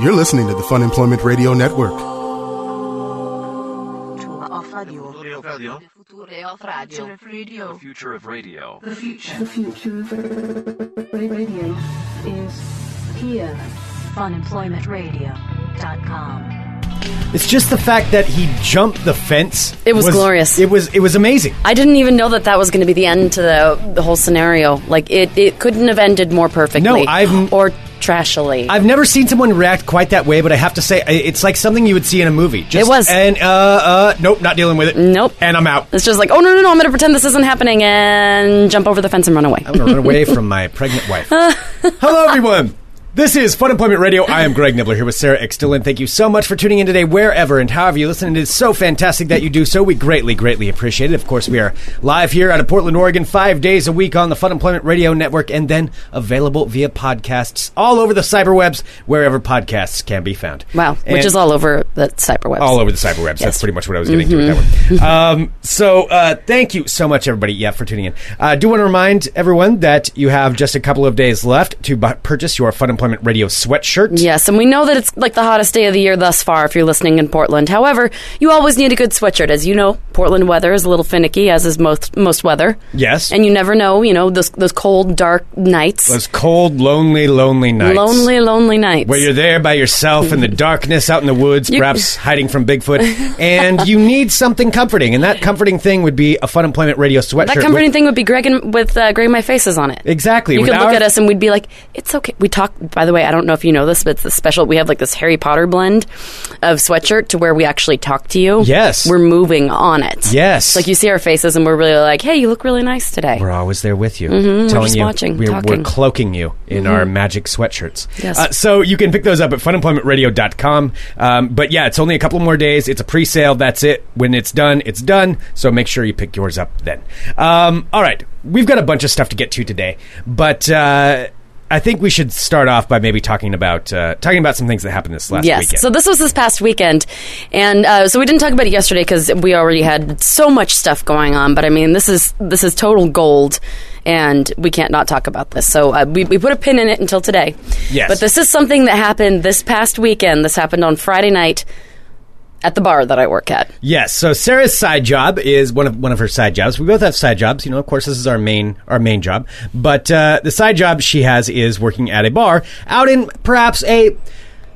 You're listening to the Fun Employment Radio Network. Future of radio. Radio. Future of radio. The future of radio. The future of radio is here. Funemploymentradio.com. It's just the fact that he jumped the fence. It was glorious. It was it was amazing. I didn't even know that that was going to be the end to the, the whole scenario. Like it, it couldn't have ended more perfectly. No, I've- or trashily. I've never seen someone react quite that way, but I have to say i- it's like something you would see in a movie. Just, was. And uh, uh, nope, not dealing with it. Nope. And I'm out. it's just like, oh no, no, no! I'm going to pretend this isn't happening and jump over the fence and run away. I'm gonna run away from my pregnant wife. Hello, everyone. This is Fun Employment Radio. I am Greg Nibbler here with Sarah X. Dillon. Thank you so much for tuning in today, wherever and however you listen. It is so fantastic that you do so. We greatly, greatly appreciate it. Of course, we are live here out of Portland, Oregon, five days a week on the Fun Employment Radio Network and then available via podcasts all over the cyberwebs, wherever podcasts can be found. Wow, which And- Oh. is all over the cyberweb. all over the cyberwebs. That's Yes. Mm-hmm. pretty much what I was getting to with that one. Um, so uh, thank you so much, everybody, yeah, for tuning in. I do want to remind everyone that you have just a couple of days left to bu- purchase your Fun Employment Radio sweatshirt. Yes, and we know that it's like the hottest day of the year thus far if you're listening in Portland. However, you always need a good sweatshirt. As you know, Portland weather is a little finicky, as is most most weather. Yes. And you never know, you know, those those cold, dark nights. Those cold, lonely, lonely nights. Lonely, lonely nights. Where you're there by yourself in the darkness out in the woods, perhaps hiding from Bigfoot, and you need something comforting. And that comforting thing would be a Fun Employment Radio sweatshirt. that with- comforting thing would be Greg and with uh, Greg My Faces on it. Exactly. You with could look our- at us and we'd be like, "It's okay." We talk. By the way, I don't know if you know this, but it's the special. We have like this Harry Potter blend of sweatshirt to where we actually talk to you. Yes. we're moving on it. Yes. like you see our faces and we're really like, "Hey, you look really nice today." We're always there with you, Mm-hmm. We're telling just you watching, we're, we're talking. Mm-hmm. cloaking you in our magic sweatshirts. Yes. Uh, so you can pick those up at funemploymentradio.com. Um, but yeah, it's only a couple more days. It's a pre-sale. That's it. When it's done, it's done. So make sure you pick yours up then. Um, all right, we've got a bunch of stuff to get to today, but. Uh, I think we should start off by maybe talking about uh, talking about some things that happened this last Yes. weekend. So this was this past weekend, and uh, so we didn't talk about it yesterday because we already had so much stuff going on. But I mean, this is this is total gold, and we can't not talk about this. So uh, we we put a pin in it until today. Yes. But this is something that happened this past weekend. This happened on Friday night at the bar that I work at. Yes. So Sarah's side job is one of one of her side jobs. We both have side jobs. You know, of course, this is our main our main job. But uh, the side job she has is working at a bar out in perhaps a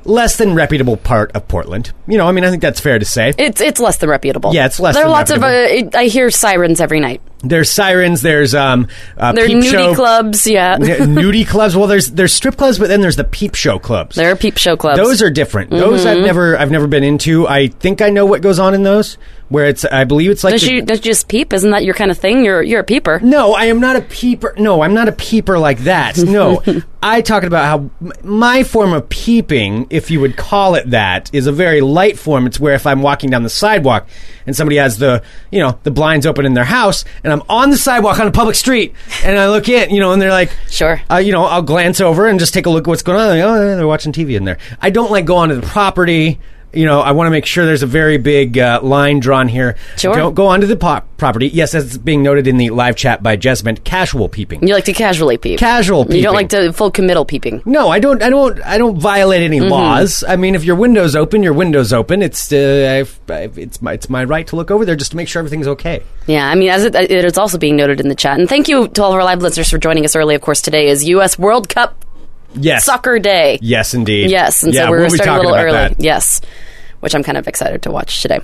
less than reputable part of Portland. You know, I mean, I think that's fair to say. It's it's less than reputable. Yeah, it's less There are than lots of uh, it, I hear sirens every night. There's sirens. There's um. Uh, There are peep nudie show, clubs. Yeah. n- nudie clubs. Well, there's there's strip clubs, but then there's the peep show clubs. There are peep show clubs. Mm-hmm. Those are different. Those I've never I've never been into. I think I know what goes on in those. Where it's I believe it's like Don't the- you, don't you just peep? Isn't that your kind of thing? You're you're a peeper. No, I am not a peeper. No, I'm not a peeper like that. No, I talking about how m- my form of peeping, if you would call it that, is a very light form. It's where if I'm walking down the sidewalk and somebody has the you know the blinds open in their house, and I'm on the sidewalk on a public street, and I look in, you know, and they're like, Sure. uh, you know, I'll glance over and just take a look at what's going on. Like, oh, yeah, they're watching TV in there. I don't like go onto the property. You know, I want to make sure there's a very big uh, line drawn here. Sure. Don't go onto the po- property. Yes, that's being noted in the live chat by Jesmond. Casual peeping. You like to casually peep. Casual peeping. You don't like to full committal peeping. No, I don't. I don't. I don't violate any Mm-hmm. laws. I mean, if your window's open, your window's open. It's uh, I've, I've, it's my it's my right to look over there just to make sure everything's okay. Yeah, I mean, as it, it is also being noted in the chat. And thank you to all of our live listeners for joining us early. Of course, today is U.S. World Cup Yes. Soccer Day. Yes, indeed. Yes, and yeah, so we're we'll be starting a talking little about early. that. Yes. Which I'm kind of excited to watch today,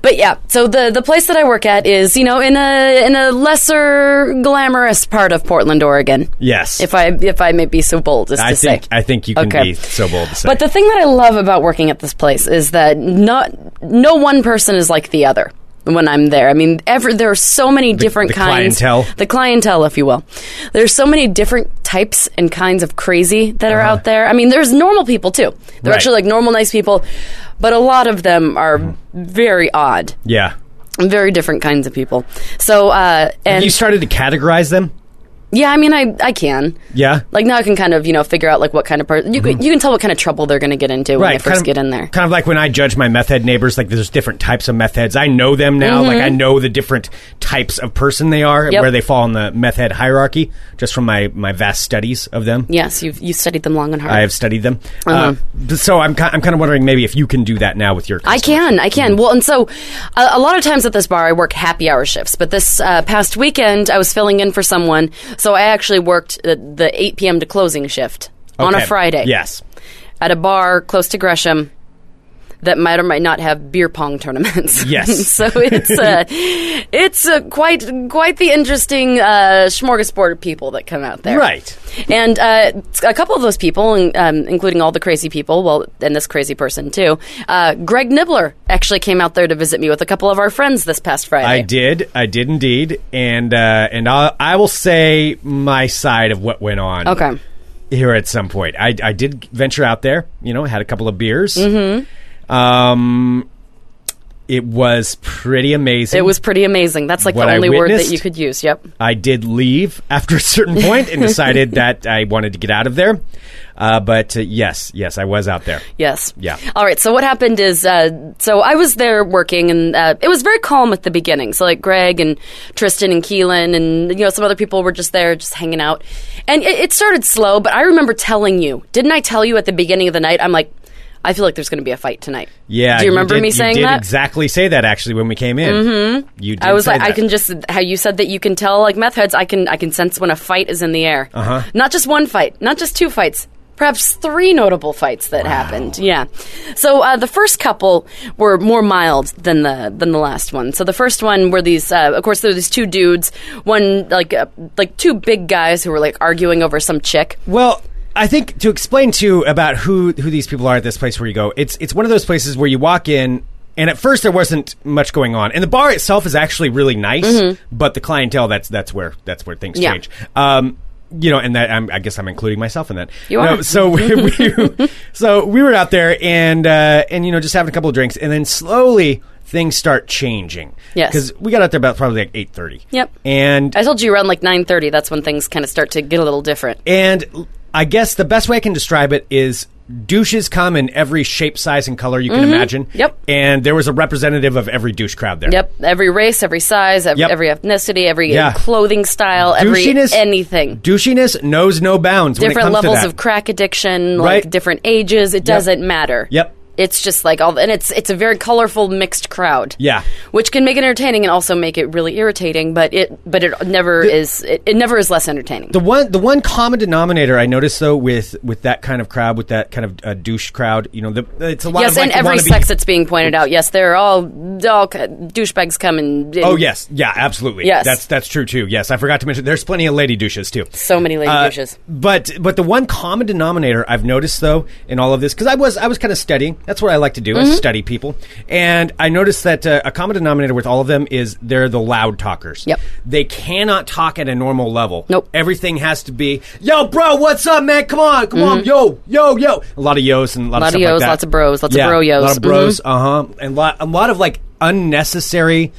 but yeah. So the the place that I work at is you know in a in a lesser glamorous part of Portland, Oregon. Yes. If I if I may be so bold as I to think say, I think you can Okay. be so bold to say. But the thing that I love about working at this place is that not no one person is like the other when I'm there. I mean, ever there are so many different the kinds clientele. the clientele, if you will. There's so many different types and kinds of crazy that are out there. I mean, there's normal people too. They're Right. actually like normal, nice people, but a lot of them are very odd, yeah. very different kinds of people. So, uh, and you started to categorize them? Yeah, I mean, I I can. Yeah. Like now, I can kind of you know figure out like what kind of person you can you can tell what kind of trouble they're going to get into when they kind first of, get in there. Kind of like when I judge my meth head neighbors, like there's different types of meth heads. I know them now. Like I know the different types of person they are, Mm-hmm. Yep. where they fall in the meth head hierarchy, just from my, my vast studies of them. Yes, you've you studied them long and hard. I have studied them. Uh-huh. uh so I'm, ki- I'm kind of wondering maybe if you can do that now with your I can, I can. Well, and so a, a lot of times at this bar, I work happy hour shifts. But this uh, past weekend, I was filling in for someone, so I actually worked the, the 8 p.m. to closing shift on a Okay. Friday Yes. at a bar close to Gresham that might or might not have beer pong tournaments. Yes. so it's uh, it's uh, quite quite the interesting uh, smorgasbord of people that come out there. Right. And uh, a couple of those people, in- um, including all the crazy people, well, and this crazy person too, uh, Greg Nibbler actually came out there to visit me with a couple of our friends this past Friday. I did. I did indeed. And uh, and I'll, I will say my side of what went on. Okay. Here at some point, I, I did venture out there. You know, had a couple of beers. Mm-hmm. Um, it was pretty amazing. It was pretty amazing. That's like What the I only word that witnessed? you could use. Yep. I did leave after a certain point and decided that I wanted to get out of there. Uh, but uh, yes, yes, I was out there. Yes. Yeah. All right. So what happened is, uh, so I was there working, and uh, it was very calm at the beginning. So like Greg and Tristan and Keelan and you know some other people were just there, just hanging out, and it, it started slow. But I remember telling you, didn't I tell you at the beginning of the night? I'm like, I feel like there's going to be a fight tonight. Yeah, Do you remember did- me saying you did that? Exactly, say that actually when we came in. Mm-hmm. You, did I was say like, I that. can just how you said that you can tell like meth heads. I can I can sense when a fight is in the air. Uh-huh. Not just one fight, not just two fights. Perhaps three notable fights that happened. Yeah, so uh, the first couple were more mild than the than the last one. So the first one were these, uh, of course, there were these two dudes. One like uh, like two big guys who were like arguing over some chick. Well, I think to explain too about who who these people are at this place where you go, it's it's one of those places where you walk in. And at first, there wasn't much going on, and the bar itself is actually really nice. But the clientele—that's that's where that's where things Mm-hmm. Yeah. change. Um, you know, and that I'm, I guess I'm including myself in that. You No, are. so we, we- so we were out there, and uh, and you know, just having a couple of drinks, and then slowly things start changing. Yes. because we got out there about probably like eight thirty. Yep. and I told you around like nine thirty. That's when things kind of start to get a little different. and l- I guess the best way I can describe it is douches come in every shape, size, and color you can imagine. Mm-hmm. Yep. And there was a representative of every douche crowd there. Yep, every race, every size, ev- Yep. every ethnicity, every Yeah. clothing style, every Ah. Douchiness, anything. Douchiness knows no bounds. when it comes different to levels that. of crack addiction, Right. like different ages. It doesn't matter. Yep. It's just like all, and it's it's a very colorful mixed crowd. Yeah. which can make it entertaining and also make it really irritating. But it but it never is it, it never is less entertaining. The one, the one common denominator I noticed though with with that kind of crowd, with that kind of uh, douche crowd, you know, the, it's a lot yes, of like and every wannabe- sex that's being pointed out. Yes, they're all all c- douchebags come and Oh yes, yeah, absolutely. Yes. that's that's true too. Yes, I forgot to mention there's plenty of lady douches too. so many lady Uh, douches. But but the one common denominator I've noticed though in all of this because I was I was kind of studying. That's what I like to do Mm-hmm. is study people, and I noticed that uh, a common denominator with all of them is they're the loud talkers. Yep. They cannot talk at a normal level. Nope. Everything has to be yo, bro. What's up, man? Come on, come on, yo, yo, yo. A lot of yos and a lot, Mm-hmm. Lot of of stuff yos, like that. lots of bros, lots of Yeah, bro Mm-hmm. yos. A lot of bros. Uh huh. And lot, a lot of like unnecessary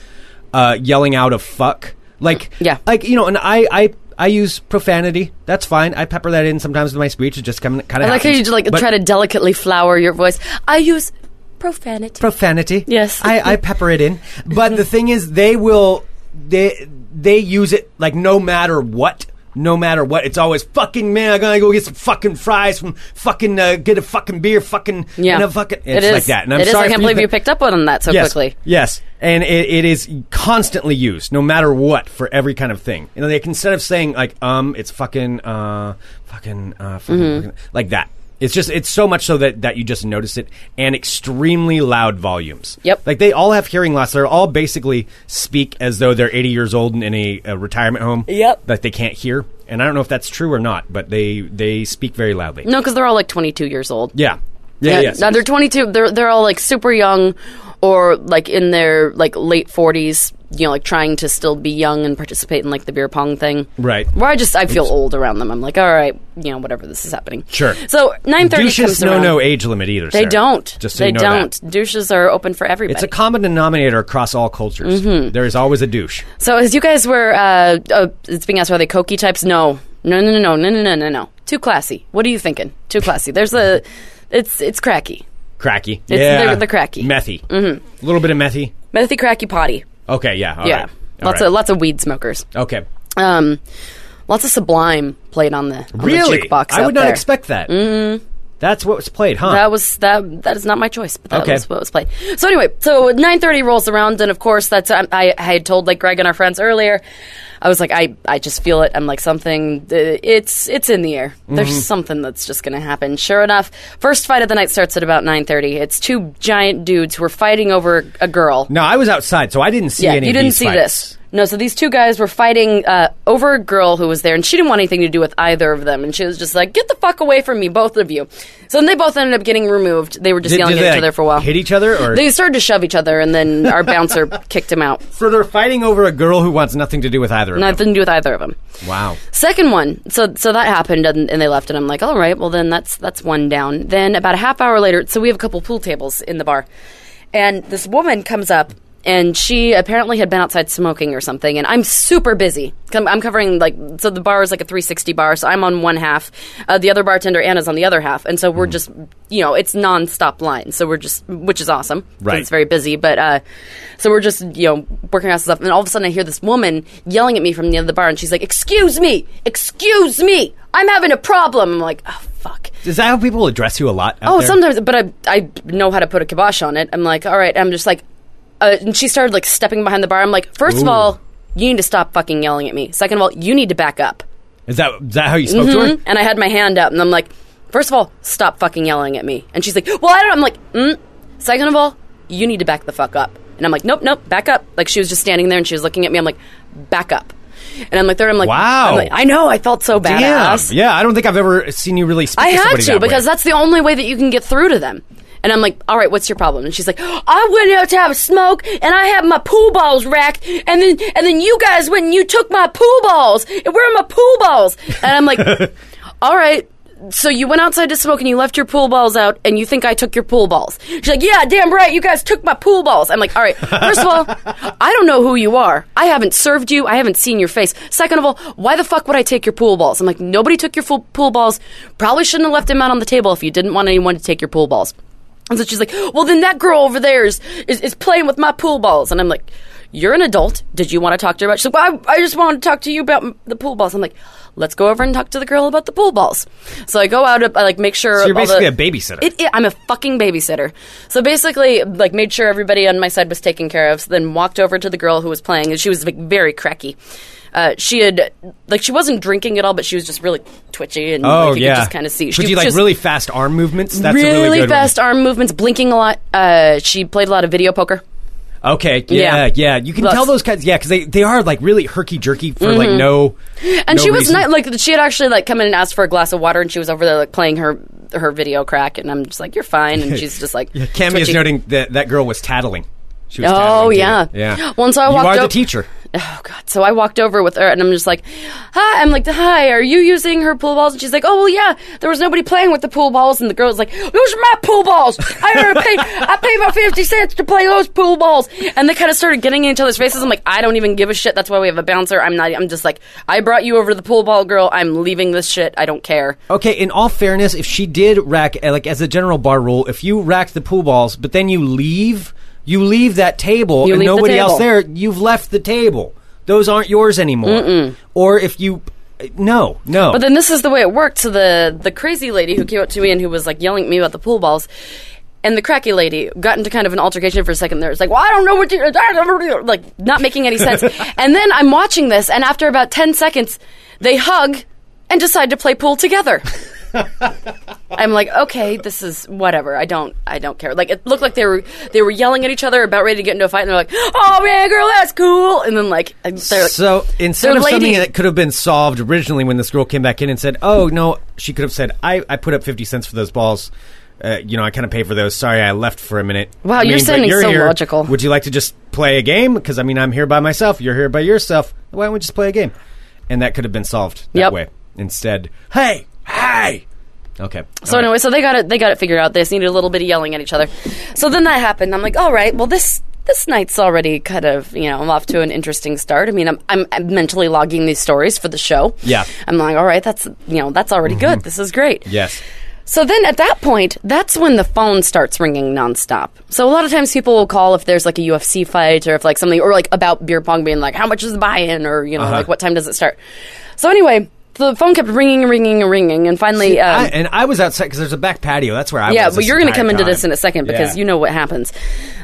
uh, yelling out of fuck. Like Yeah. like you know, and I I I use profanity. That's fine. I pepper that in sometimes with my speech. It just kind of kind I of like how you just like try to delicately flower your voice. I use profanity. profanity. Yes. I I pepper it in. But the thing is, they will they they use it like no matter what. No matter what, it's always fucking man. I gotta go get some fucking fries from fucking uh, get a fucking beer, fucking yeah, and a fucking. It It's is. like that. And I'm It is. sorry I can't for believe but- you picked up on that so yes, quickly. Yes, and it, it is constantly used, no matter what, for every kind of thing. You know, they instead of saying like um, it's fucking uh, fucking uh, fucking, Mm-hmm. fucking like that. It's just it's so much so that that you just notice it, and extremely loud volumes. Yep. like they all have hearing loss. They're all basically speak as though they're 80 years old and in a, a retirement home. Yep. that they can't hear. And I don't know if that's true or not, but they they speak very loudly. No, because they're all like 22 years old. Yeah. Yeah, Yeah, yes, no, yes. they're 22. They're they're all like super young, or like in their like late 40s, you know, like trying to still be young and participate in like the beer pong thing. Right. Where I just I feel old around them. I'm like, all right, you know, whatever this is happening. Sure. So nine thirty comes Douches, no, around. no age limit either. They Sarah. don't. Just so they you know don't. that. Douches are open for everybody. It's a common denominator across all cultures. Mm-hmm. There is always a douche. So as you guys were, uh, uh, it's being asked are they cokey types? No, no, no, no, no, no, no, no, no. Too classy. What are you thinking? Too classy. There's a, it's it's cracky, Cracky. It's- yeah. they're- they're cracky. Methy. Mm-hmm. A little bit of methy. methy cracky potty. Okay, yeah. all yeah, right, all lots right. of lots of weed smokers. Okay. Um, lots of Sublime played on the on the Really? jukebox. I out would not there. Mm-hmm. expect that. Mm. That's what was played, huh? That was that. That is not my choice, but that Okay. was what was played. So anyway, so nine thirty rolls around, and of course, that's I, I I had told like Greg and our friends earlier. I was like, I I just feel it. I'm like something. uh, It's it's in the air. There's something that's just gonna happen. Sure enough, first fight of the night starts at about nine thirty. It's two giant dudes who are fighting over a girl. no, I was outside, so I didn't see Yeah, any you of didn't these see fights. this. No, so these two guys were fighting uh, over a girl who was there, and she didn't want anything to do with either of them. And she was just like, "Get the fuck away from me, both of you!" So then they both ended up getting removed. They were just Did- yelling did at they, each other like, for a while. Hit each other, or They started to shove each other, and then our bouncer kicked him out. so they're fighting over a girl who wants nothing to do with either of Nothing to do with either of them. them. Wow. Second one, so so that happened, and, and they left, and I'm like, all right, well then that's that's one down. Then about a half hour later, so we have a couple pool tables in the bar, and this woman comes up, and she apparently had been outside smoking or something, and I'm super busy. I'm, I'm covering like so the bar is like a 360 bar, so I'm on one half, uh, the other bartender Anna's on the other half, and so we're just you know it's nonstop line, so we're just which is awesome, 'cause Right. It's very busy, but uh, so we're just you know working on stuff, and all of a sudden I hear this woman yelling at me from the end of the bar, and she's like, "Excuse me, excuse me, I'm having a problem." I'm like, "Oh fuck." Is that how people address you a lot? out Oh, there? sometimes, but I I know how to put a kibosh on it. I'm like, all right. I'm just like, uh, and she started like stepping behind the bar. I'm like, first of Ooh. all, you need to stop fucking yelling at me. Second of all, you need to back up. Mm-hmm. Is that is that how you spoke to her? And I had my hand up, and I'm like, first of all, stop fucking yelling at me. And she's like, well, I don't. I'm like, mm. second of all, you need to back the fuck up. And I'm like, nope, nope, back up. Like she was just standing there and she was looking at me. I'm like, back up. And I'm like, third, I'm like, Wow. I'm like, I know, I felt so Damn. badass. Yeah, I don't think I've ever seen you really speak I to had somebody to that way. because that's the only way that you can get through to them. And I'm like, all right, what's your problem? And she's like, I went out to have a smoke, and I had my pool balls racked, and then and then you guys went and you took my pool balls, and where are my pool balls? And I'm like, all right. So you went outside to smoke and you left your pool balls out, and you think I took your pool balls? She's like, yeah, damn right, you guys took my pool balls. I'm like, all right. First of all, I don't know who you are. I haven't served you. I haven't seen your face. Second of all, why the fuck would I take your pool balls? I'm like, nobody took your full pool balls. Probably shouldn't have left them out on the table if you didn't want anyone to take your pool balls. And so she's like, well, then that girl over there is, is, is playing with my pool balls. And I'm like, you're an adult. Did you want to talk to her about? She's like, well, I, I just wanted to talk to you about m- the pool balls. I'm like, let's go over and talk to the girl about the pool balls. So I go out, I like make sure. So you're all basically the, a babysitter. It, it, I'm a fucking babysitter. So basically, like made sure everybody on my side was taken care of. So then walked over to the girl who was playing, and she was like very cracky. Uh, she had like she wasn't drinking at all, but she was just really twitchy and oh like, you yeah. could just kind of see. Could you like just- really fast arm movements? That's really, a really good fast arm movements, blinking a lot. Uh, she played a lot of video poker. One. Okay. Yeah, yeah. Yeah. You can Lots. Mm-hmm. tell those kinds. Yeah, because they, they are like really herky jerky for like no. And no she was reason. not like she had actually like come in and asked for a glass of water, and she was over there like playing her her video crack, and I'm just like, you're fine, and she's just like, Yeah, Cammy is twitchy. noting that that girl was tattling. She was Oh tattling to yeah, you. yeah. Well, and so I you walked. are o- the teacher. Oh god. So I walked over with her, and I'm just like, "Hi." I'm like, "Hi, are you using her pool balls?" And she's like, "Oh well, yeah. There was nobody playing with the pool balls." And the girl's like, "Those are my pool balls. I already paid. I paid my fifty cents to play those pool balls." And they kind of started getting in each other's faces. I'm like, "I don't even give a shit. That's why we have a bouncer. I'm not. I'm just like, I brought you over to the pool ball, girl. I'm leaving this shit. I don't care." Okay, in all fairness, if she did rack, uh, like as a general bar rule, if you rack the pool balls, but then you leave, you leave that table You and leave the nobody else table. there, you've left the table. Those aren't yours anymore. Or if you, eh, no, no. But then this is the way it worked. So the the crazy lady who came up to me and who was like yelling at me about the pool balls, and the cracky lady got into kind of an altercation for a second. There, it's like, well, I don't know what you like, not making any sense. and then I'm watching this, and after about ten seconds, they hug and decide to play pool together. I'm like, okay, this is whatever. I don't, I don't care. Like it looked like they were they were yelling at each other, about ready to get into a fight, and they're like, oh man, girl, that's cool. And then like they're like, so instead they're of something lady- that could have been solved originally when this girl came back in and said, "Oh no," she could have said, "I, I put up fifty cents for those balls." uh, you know, I kind of pay for those. Sorry, I left for a minute. Wow, I you're mean, but sounding you're so here. logical. Would you like to just play a game? Because I mean, I'm here by myself. You're here by yourself. Why don't we just play a game? And that could have been solved that Yep. way. Instead, hey, hey. Okay. So All right. anyway, so they got it. They got it figured out. They just needed a little bit of yelling at each other. So then that happened. I'm like, all right, well this this night's already kind of you know I'm off to an interesting start. I mean, I'm I'm, I'm mentally logging these stories for the show. Yeah. I'm like, all right, that's you know that's already good. This is great. Yes. So then at that point, that's when the phone starts ringing nonstop. So a lot of times people will call if there's like a UFC fight or if like something or like about beer pong being like, how much is the buy in or, you know, Uh, like what time does it start? So anyway, the phone kept ringing and ringing and ringing. And finally, um, I, and I was outside because there's a back patio. That's where I yeah, was. but you're going going to to come into this in a second because Yeah. you know what happens.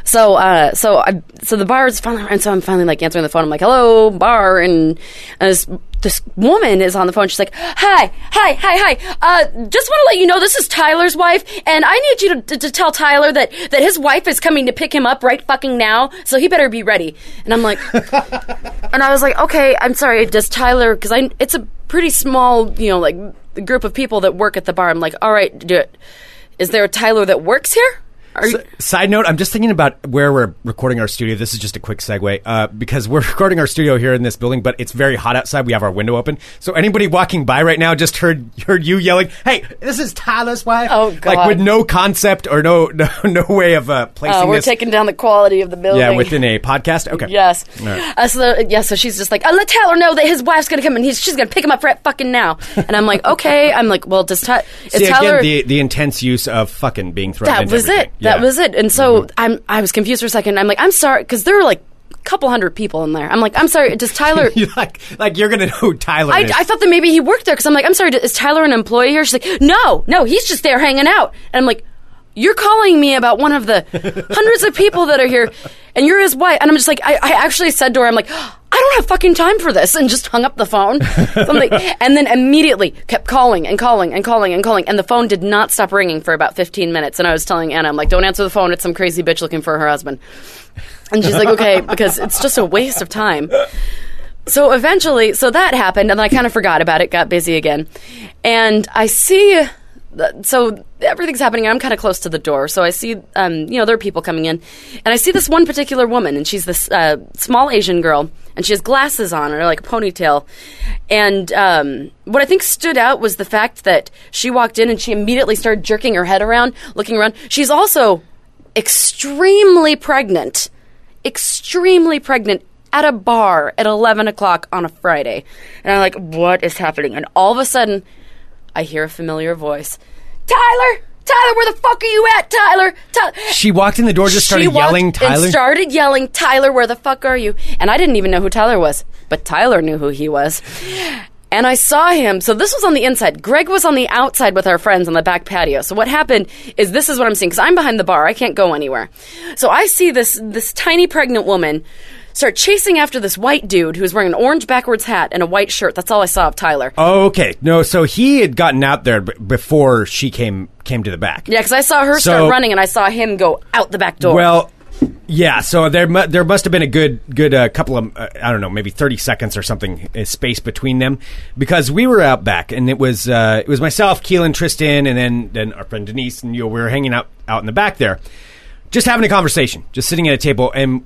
So, uh, so I, so the bar is finally, and so I'm finally like answering the phone. I'm like, "Hello, bar," and, and this this woman is on the phone. She's like, "Hi, hi, hi, hi. Uh, just want to let you know this is Tyler's wife, and I need you to, to, to tell Tyler that that his wife is coming to pick him up right fucking now, so he better be ready." And I'm like, and I was like, "Okay, I'm sorry. Does Tyler? Because I it's a pretty small, you know, like group of people that work at the bar. I'm like, all right, do it." Is there a Tyler that works here? Are you, Side note, I'm just thinking about where we're recording our studio. This is just a quick segue uh, because we're recording our studio here in this building, but it's very hot outside. We have our window open. So anybody walking by right now just heard heard you yelling, "Hey, this is Tyler's wife." Oh, Like God. with no concept or no no, no way of uh, placing uh, we're this. taking down the quality of the building. yeah, within a podcast. Okay. Yes. All right. Uh, so the- yeah, so she's just like, uh, let Tyler know that his wife's gonna come and he's, she's gonna pick him up right fucking now. And I'm like, okay. I'm like, well, does Ty- is See, Tyler? again, the, the intense use of fucking being thrown that was it. That was it. And so I'm, I was confused for a second. I'm like, I'm sorry, because there were like a couple hundred people in there. I'm like, I'm sorry. Does Tyler? you like, like you're going to know who Tyler I, is. I thought that maybe he worked there because I'm like, I'm sorry, is Tyler an employee here? She's like, no, no, he's just there hanging out. And I'm like, you're calling me about one of the hundreds of people that are here, and you're his wife. And I'm just like, I, I actually said to her, I'm like, I don't have fucking time for this, and just hung up the phone. So I'm like, and then immediately kept calling and calling and calling and calling, and the phone did not stop ringing for about 15 minutes. And I was telling Anna, I'm like, don't answer the phone. It's some crazy bitch looking for her husband. And she's like, okay, because it's just a waste of time. So eventually, so that happened, and then I kind of forgot about it, got busy again. And I see, so everything's happening, and I'm kind of close to the door. So I see, um, you know, there are people coming in. And I see this one particular woman, and she's this uh, small Asian girl, and she has glasses on, or like a ponytail. And um, what I think stood out was the fact that she walked in and she immediately started jerking her head around, looking around. She's also extremely pregnant extremely pregnant at a bar at 11 o'clock on a Friday. And I'm like, what is happening? And all of a sudden, I hear a familiar voice Tyler! Tyler, where the fuck are you at, Tyler? Tyler! she walked in the door, just started she walked yelling, Tyler. And started yelling, Tyler, where the fuck are you? And I didn't even know who Tyler was, but Tyler knew who he was. And I saw him. So this was on the inside. Greg was on the outside with our friends on the back patio. So what happened is this is what I'm seeing because I'm behind the bar. I can't go anywhere. So I see this this tiny pregnant woman start chasing after this white dude who's wearing an orange backwards hat and a white shirt. That's all I saw of Tyler. Oh, okay. No, so he had gotten out there b- before she came came to the back. Yeah, because I saw her So- start running and I saw him go out the back door. Well, yeah. So there mu- there must have been a good good uh, couple of uh, I don't know maybe thirty seconds or something uh, space between them because we were out back and it was uh, it was myself, Keelan, Tristan, and then then our friend Denise and you. know, We were hanging out out in the back there, just having a conversation, just sitting at a table and.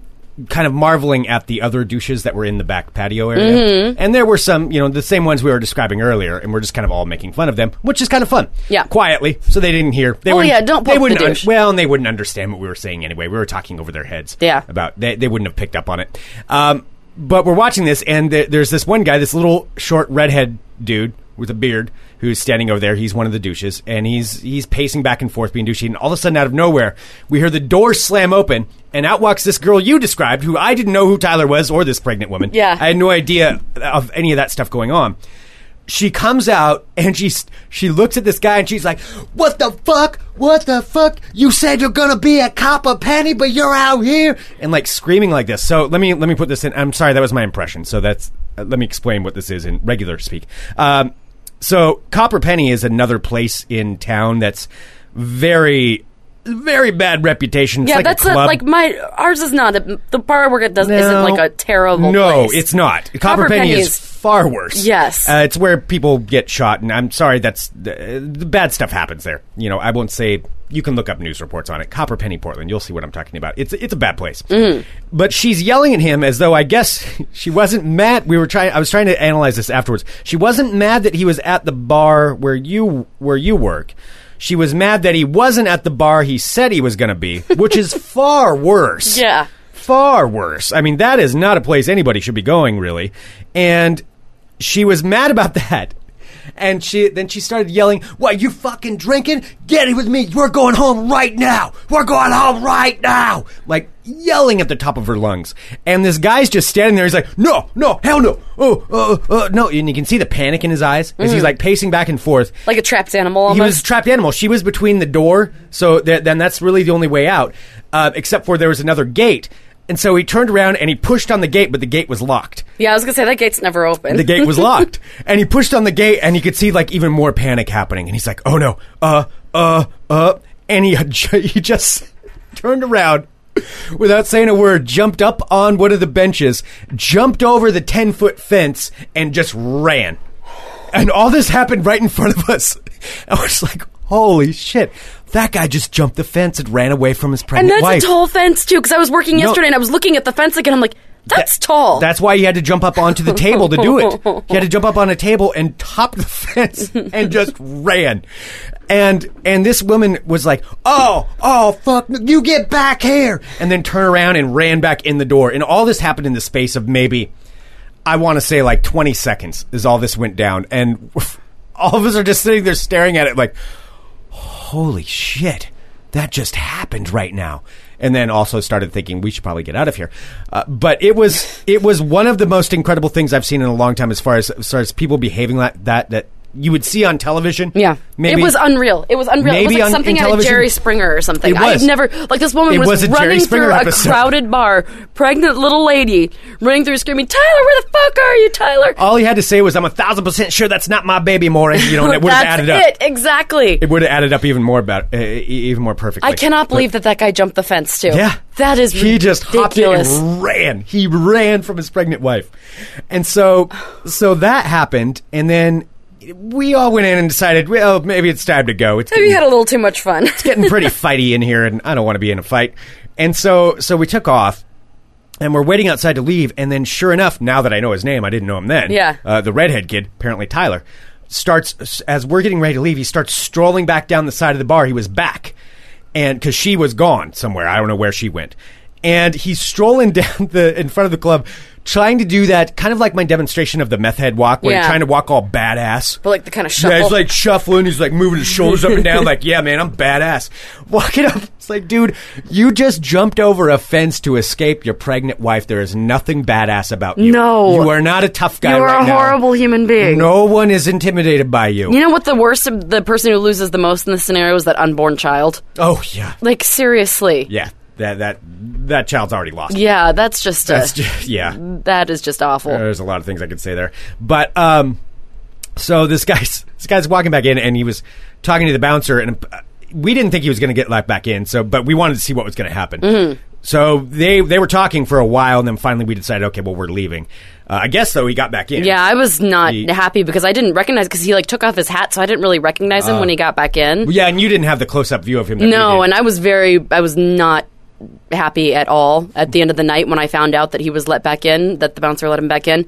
Kind of marveling at the other douches that were in the back patio area, Mm-hmm. and there were some, you know, the same ones we were describing earlier, and we're just kind of all making fun of them, which is kind of fun, Yeah. quietly, so they didn't hear. They Well, wouldn't- yeah, don't they poke the wouldn't un- douche. well, and they wouldn't understand what we were saying anyway. We were talking over their heads. Yeah. About they, they wouldn't have picked up on it. Um, but we're watching this, and there, there's this one guy, this little short redhead dude with a beard, who's standing over there. He's one of the douches, and he's he's pacing back and forth being douchey. And all of a sudden, out of nowhere, we hear the door slam open, and out walks this girl you described, who I didn't know who Tyler was or this pregnant woman. Yeah. I had no idea of any of that stuff going on she comes out and she she looks at this guy and she's like, "What the fuck? What the fuck? You said you're gonna be a copper penny, but you're out here and like screaming like this." So let me let me put this in. I'm sorry, that was my impression. So that's uh, let me explain what this is in regular speak. Um, so Copper Penny is another place in town that's very very bad reputation. It's yeah, like that's a club. like my ours is not a, the bar I work at doesn't isn't No. like a terrible. No, place. it's not. Copper, Penny, is far worse. Yes. uh, it's where people get shot, and I'm sorry, that's the, the bad stuff happens there. You know, I won't say. You can look up news reports on it. Copper Penny, Portland. You'll see what I'm talking about. It's it's a bad place. Mm. But she's yelling at him as though I guess she wasn't mad. We were trying. I was trying to analyze this afterwards. She wasn't mad that he was at the bar where you where you work. She was mad that he wasn't at the bar he said he was going to be, which is far worse Yeah. far worse. I mean, that is not a place anybody should be going, really. And she was mad about that. And she then she started yelling, "Why you fucking drinking? Get it with me. We're going home right now. We're going home right now!" Like yelling at the top of her lungs. And this guy's just standing there. He's like, "No, no, hell no, oh, uh, uh, no!" And you can see the panic in his eyes as he's like pacing back and forth. Like a trapped animal He was a almost. trapped animal. She was between the door, so th- then that's really the only way out. Uh, except for there was another gate, and so he turned around and he pushed on the gate, but the gate was locked. yeah, I was gonna say that gate's never open. The gate was locked, and he pushed on the gate, and he could see like even more panic happening. And he's like, "Oh no, uh, uh, uh," and he ju- he just turned around. Without saying a word, jumped up on one of the benches, jumped over the ten foot fence, and just ran. And all this happened right in front of us. I was like, holy shit. That guy just jumped the fence and ran away from his and pregnant that's wife. a tall fence too, because I was working yesterday and I was looking at the fence again. I'm like, that's tall. That's why he had to jump up onto the table to do it. He had to jump up on a table and top the fence and just ran. And and this woman was like, "Oh, oh, fuck! You get back here!" And then turn around and ran back in the door. And all this happened in the space of maybe, I want to say like twenty seconds is all this went down. And all of us are just sitting there staring at it like, holy shit, that just happened right now. And then also started thinking we should probably get out of here. Uh, but it was it was one of the most incredible things I've seen in a long time as far as as far as people behaving like that that you would see on television. yeah, maybe it was unreal. It was unreal. it maybe was like on- in something out of television- Jerry Springer or something. It I've was. never like this woman It was, was a Jerry running Springer through episode. a crowded bar, pregnant little lady running through screaming, "Tyler, where the fuck are you, Tyler?" all he had to say was, "I'm a thousand percent sure that's not my baby, Maureen." You know, and it would have that's added up. it exactly. It would have added up even more about uh, e- even more perfectly. I cannot But- believe that that guy jumped the fence too. Yeah, that is he ridiculous. just hopped in and ran. He ran from his pregnant wife, and so so that happened, and then we all went in and decided, well, maybe it's time to go. It's Maybe you getting- had a little too much fun. getting pretty fighty in here, and I don't want to be in a fight. And so, so we took off, and we're waiting outside to leave. And then, sure enough, now that I know his name, I didn't know him then. Yeah. uh, the redhead kid, apparently Tyler, starts as we're getting ready to leave. He starts strolling back down the side of the bar. He was back, and because she was gone somewhere, I don't know where she went. And he's strolling down the in front of the club, trying to do that kind of like my demonstration of the meth head walk, where you're Yeah. trying to walk all badass. But, like, the kinda Yeah, he's shuffle. like shuffling. He's like moving his shoulders up and down, like, yeah, man, I'm badass. Walking up, it's like, dude, you just jumped over a fence to escape your pregnant wife. There is nothing badass about you. No. You are not a tough guy You are right a now. horrible human being. No one is intimidated by you. You know what the worst of the person who loses the most in this scenario is that unborn child. oh, yeah. Like seriously. Yeah. That, that, that child's already lost. Yeah, that's just, That's a, just, yeah. that is just awful. Uh, There's a lot of things I could say there, but um, so this guy's this guy's walking back in, and he was talking to the bouncer, and uh, we didn't think he was going to get let back in, so but we wanted to see what was going to happen. Mm-hmm. So they they were talking for a while, and then finally we decided, okay, well we're leaving. Uh, I guess though he got back in. yeah, I was not He- happy because I didn't recognize because he like took off his hat, so I didn't really recognize him when he got back in. yeah, and you didn't have the close up view of him. That No, we Uh, did. and I was very, I was not happy at all at the end of the night when I found out that he was let back in, that the bouncer let him back in,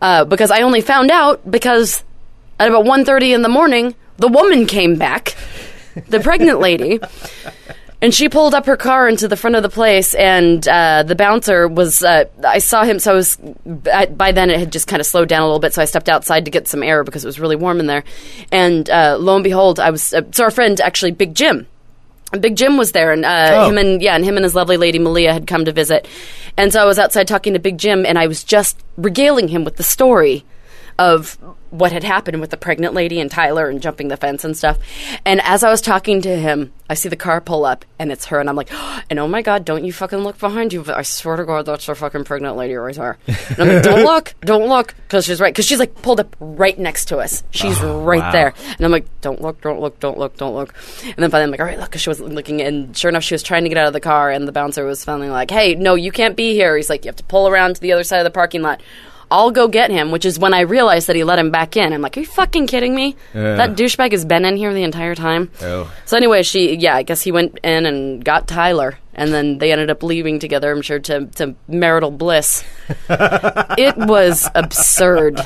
uh, because I only found out because at about 1.30 in the morning, the woman came back, the pregnant lady. And she pulled up her car into the front of the place, and uh, the bouncer was. Uh, I saw him, so I was. I, by then, it had just kind of slowed down a little bit, so I stepped outside to get some air because it was really warm in there. And uh, lo and behold, I was. Uh, so our friend, actually, Big Jim. Big Jim was there, and uh, Oh. him and yeah, and him and his lovely lady Malia had come to visit, and so I was outside talking to Big Jim, and I was just regaling him with the story of what had happened with the pregnant lady and Tyler and jumping the fence and stuff. And as I was talking to him, I see the car pull up and it's her. And I'm like, and oh my God, don't you fucking look behind you. But I swear to God, that's her fucking pregnant lady right there. And I'm like, don't look, don't look. Because she's right. Because she's like pulled up right next to us. She's right wow. there. And I'm like, don't look, don't look, don't look, don't look. And then finally, I'm like, all right, look, 'cause she wasn't looking. And sure enough, she was trying to get out of the car. And the bouncer was finally like, hey, no, you can't be here. He's like, you have to pull around to the other side of the parking lot. I'll go get him, which is when I realized that he let him back in. I'm like, are you fucking kidding me? Uh, That douchebag has been in here the entire time. Oh. So anyway, she, yeah, I guess he went in and got Tyler. And then they ended up leaving together, I'm sure, to, to marital bliss. it was absurd.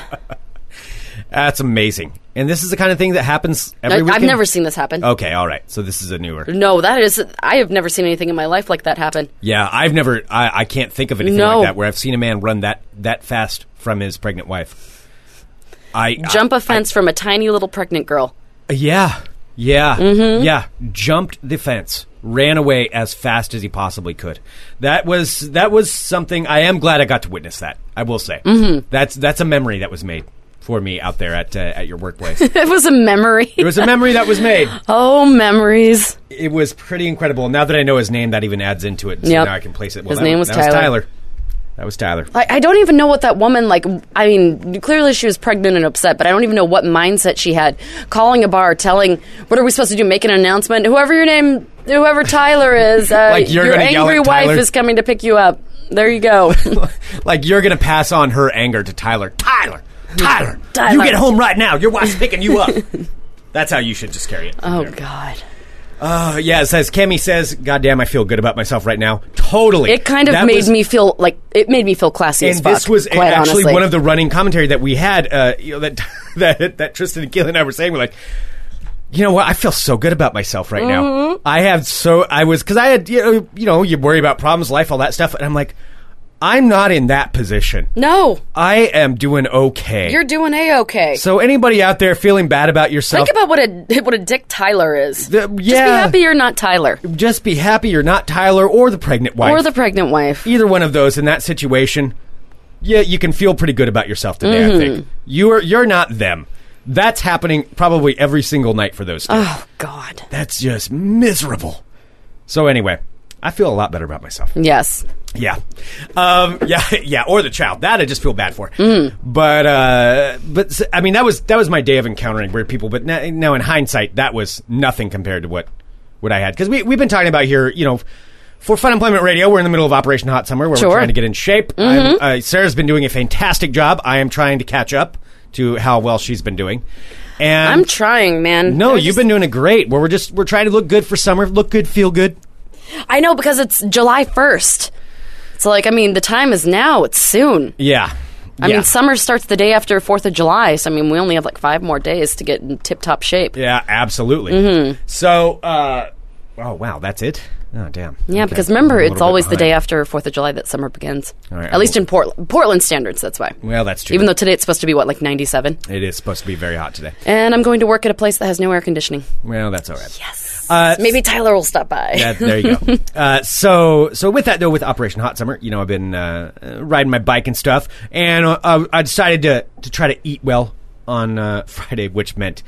That's amazing. And this is the kind of thing that happens every I, weekend. I've never seen this happen. Okay, all right. So this is a newer. No, that is. I have never seen anything in my life like that happen. Yeah, I've never. I, I can't think of anything No. like that where I've seen a man run that that fast from his pregnant wife. I Jump I- a fence from a tiny little pregnant girl. Yeah, yeah, Mm-hmm. yeah. Jumped the fence, ran away as fast as he possibly could. That was that was something. I am glad I got to witness that. I will say Mm-hmm. that's that's a memory that was made for me out there at uh, at your workplace. it It was a memory. was a memory that was made. oh, memories. It was pretty incredible. Now that I know his name, that even adds into it. So Yep. now I can place it. Well, His that name was that Tyler. That was Tyler. I, I don't even know what that woman like. I mean, clearly she was pregnant and upset, but I don't even know what mindset she had. Calling a bar, telling, "What are we supposed to do? Make an announcement? Whoever your name, whoever Tyler is, uh, Like you're your gonna yell angry at wife Tyler. is coming to pick you up." There you go. like you're gonna pass on her anger to Tyler. Tyler, Tyler, Tyler. you get home right now. Your wife's picking you up. That's how you should just carry it. oh God, Uh, yeah, it says Kemi says, "God damn, I feel good about myself right now." Totally. it kind of That made was- me feel like it made me feel classy And as fuck. this was quite actually honestly. one of the running commentary that we had. Uh, you know that that that Tristan and Keelan and I were saying. We're like. You know what? I feel so good about myself right now. Mm-hmm. I have so I was because I had you know, you know you worry about problems, life, all that stuff, and I'm like, I'm not in that position. no. I am doing okay. You're doing a okay. So anybody out there feeling bad about yourself, Think about what a what a dick Tyler is. The- Just be yeah. happy you're not Tyler just be happy you're not Tyler or the pregnant wife or the pregnant wife. either one of those in that situation. Yeah, you can feel pretty good about yourself today. I think you're you're not them. That's happening probably every single night for those. two. Oh God. That's just miserable. So anyway, I feel a lot better about myself. Yes. Yeah, um, yeah, yeah. Or the child that I just feel bad for. Mm. But uh, but s- I mean that was that was my day of encountering weird people. But now, now in hindsight, that was nothing compared to what what I had because we we've been talking about here. You know, for Fun Employment Radio, we're in the middle of Operation Hot Summer, where Sure. Mm-hmm. we're trying to get in shape. I'm- Uh, Sarah's been doing a fantastic job. I am trying to catch up to how well she's been doing. And I'm trying, man. no, I you've just- been doing a great. Where we're just we're trying to look good for summer, look good, feel good. I know because it's July 1st. So, like, I mean, the time is now. It's soon. Yeah, I yeah. mean, summer starts the day after 4th of July. So, I mean, we only have like five more days to get in tip top shape. Yeah, Yeah, absolutely. Mm-hmm. So, uh, oh wow, that's it. Oh damn. Okay. because I'm remember, a it's little bit always the day behind. after 4th of July that summer begins. All right, I At least will- in Portland. Portland standards, that's why. Well, that's true. Even though today it's supposed to be, what, like 97? it is supposed to be very hot today. And I'm going to work at a place that has no air conditioning. Well, that's all right. Yes. Uh, Maybe Tyler will stop by. that- there you go. Uh, so, so with that though, with Operation Hot Summer, you know, I've been uh, uh, riding my bike and stuff, and uh, I- I decided to to try to eat well on uh, Friday, which meant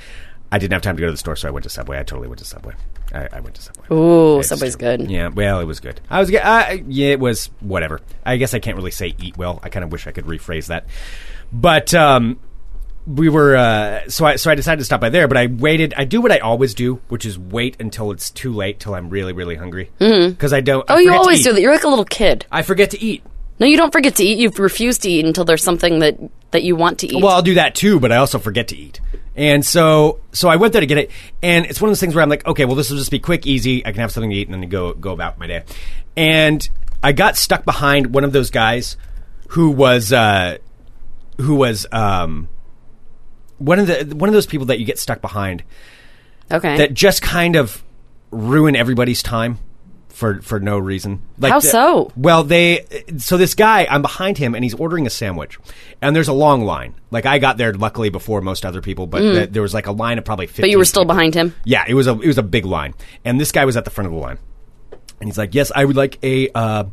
I didn't have time to go to the store, so I went to Subway. I totally went to Subway. I, I went to Subway. Ooh, It's Subway's true. good. Yeah, well, it was good. I was, ge- I, yeah, it was whatever. I guess I can't really say eat well. I kind of wish I could rephrase that, but um, we were uh, so I so I decided to stop by there. But I waited. I do what I always do, which is wait until it's too late, till I'm really really hungry, because I don't. Oh, you always do that. You're like a little kid. I forget to eat. No, you don't forget to eat. You refuse to eat until there's something that, that you want to eat. Well, I'll do that too, but I also forget to eat. And so, so I went there to get it, and it's one of those things where I'm like, okay, well, this will just be quick, easy. I can have something to eat and then go go about my day. And I got stuck behind one of those guys who was uh, who was um, one of the one of those people that you get stuck behind okay. that just kind of ruin everybody's time for for no reason. Like How the- so? Well, they so this guy, I'm behind him, and he's ordering a sandwich, and there's a long line. Like I got there luckily before most other people, but th- there was like a line of probably. 15 Mm. but you were still people. behind him. Yeah, it was a it was a big line, and this guy was at the front of the line. And he's like, "Yes, I would like a, uh,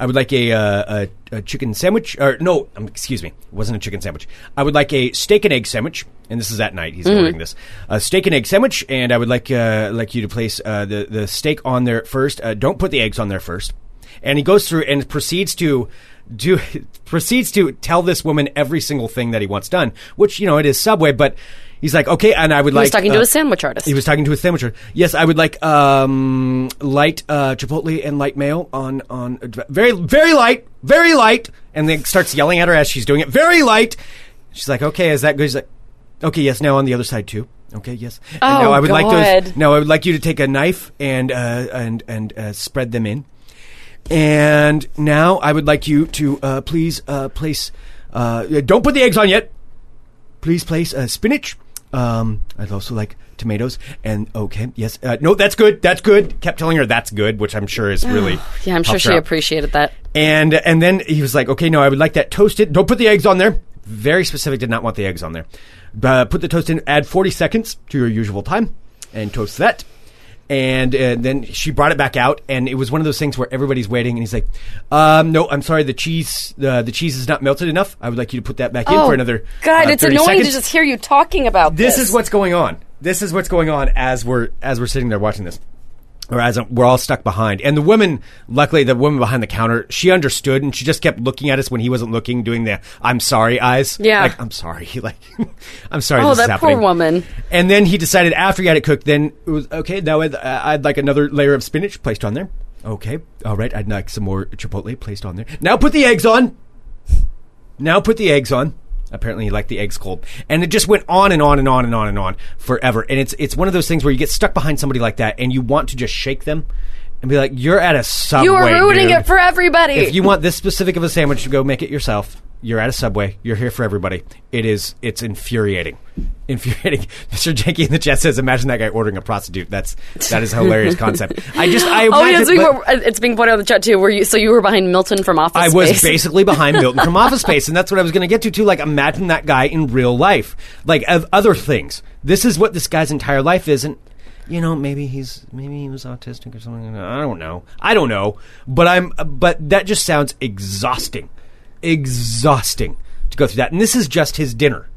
I would like a, uh, a, a chicken sandwich, or no, um, excuse me, it wasn't a chicken sandwich. I would like a steak and egg sandwich, and this is at night. Mm-hmm. He's ordering this a steak and egg sandwich, and I would like uh, like you to place uh, the the steak on there first. Uh, don't put the eggs on there first. And he goes through and proceeds to do proceeds to tell this woman every single thing that he wants done, which you know it is Subway, but he's like, okay, and I would He like was talking to uh, a sandwich artist. he was talking to a sandwich. Yes, I would like um, light uh, chipotle and light mayo on on very very light, very light, and then starts yelling at her as she's doing it. Very light. She's like, okay, is that good? She's like, okay, yes. Now on the other side too. Okay, yes. And now Oh, I would like those. God. Now I would like you to take a knife and uh, and and uh, spread them in. And now I would like you to uh, please uh, place. Uh, don't put the eggs on yet please place uh, spinach. Um, I'd also like tomatoes. And okay, yes, uh, no, that's good. That's good. Kept telling her that's good, which I'm sure is really yeah, I'm sure helps she her out. appreciated that. And and then he was like, okay, no, I would like that toasted. Don't put the eggs on there. Very specific. Did not want the eggs on there. Uh, put the toast in. Add 40 seconds to your usual time, and toast that. And uh, then she brought it back out, and it was one of those things where everybody's waiting, and he's like, um, "No, I'm sorry, the cheese, uh, the cheese is not melted enough. I would like you to put that back in for another." Oh, God, uh, it's 30 annoying seconds to just hear you talking about this. this is what's going on. This is what's going on as we're as we're sitting there watching this, or as we're all stuck behind. And the woman, luckily, the woman behind the counter, she understood and she just kept looking at us when he wasn't looking, doing the "I'm sorry" eyes. Yeah. like I'm sorry, like I'm sorry. Oh, this is that poor happening. woman. And then he decided after he had it cooked, then it was okay. Now I'd, uh, I'd like another layer of spinach placed on there. Okay, all right. I'd like some more chipotle placed on there. Now put the eggs on. Now put the eggs on. Apparently, he liked the eggs cold, and it just went on and on and on and on and on forever. And it's it's one of those things where you get stuck behind somebody like that, and you want to just shake them and be like, "You're at a subway. You are ruining dude. it for everybody. If you want this specific of a sandwich, go make it yourself. You're at a subway. You're here for everybody. It is. It's infuriating. Infuriating. Mr. Janky in the chat says, "Imagine that guy ordering a prostitute. That's that is a hilarious concept. I just. I oh, yeah, imagine- it's being, but- it's being pointed out in the chat too. Were you so you were behind Milton from Office I Space? was basically behind Milton from Office Space, and that's what I was going to get to too. Like, imagine that guy in real life, like of other things. This is what this guy's entire life is, and you know, maybe he's maybe he was autistic or something. I don't know. I don't know. But I'm. But that just sounds exhausting, exhausting to go through that. And this is just his dinner.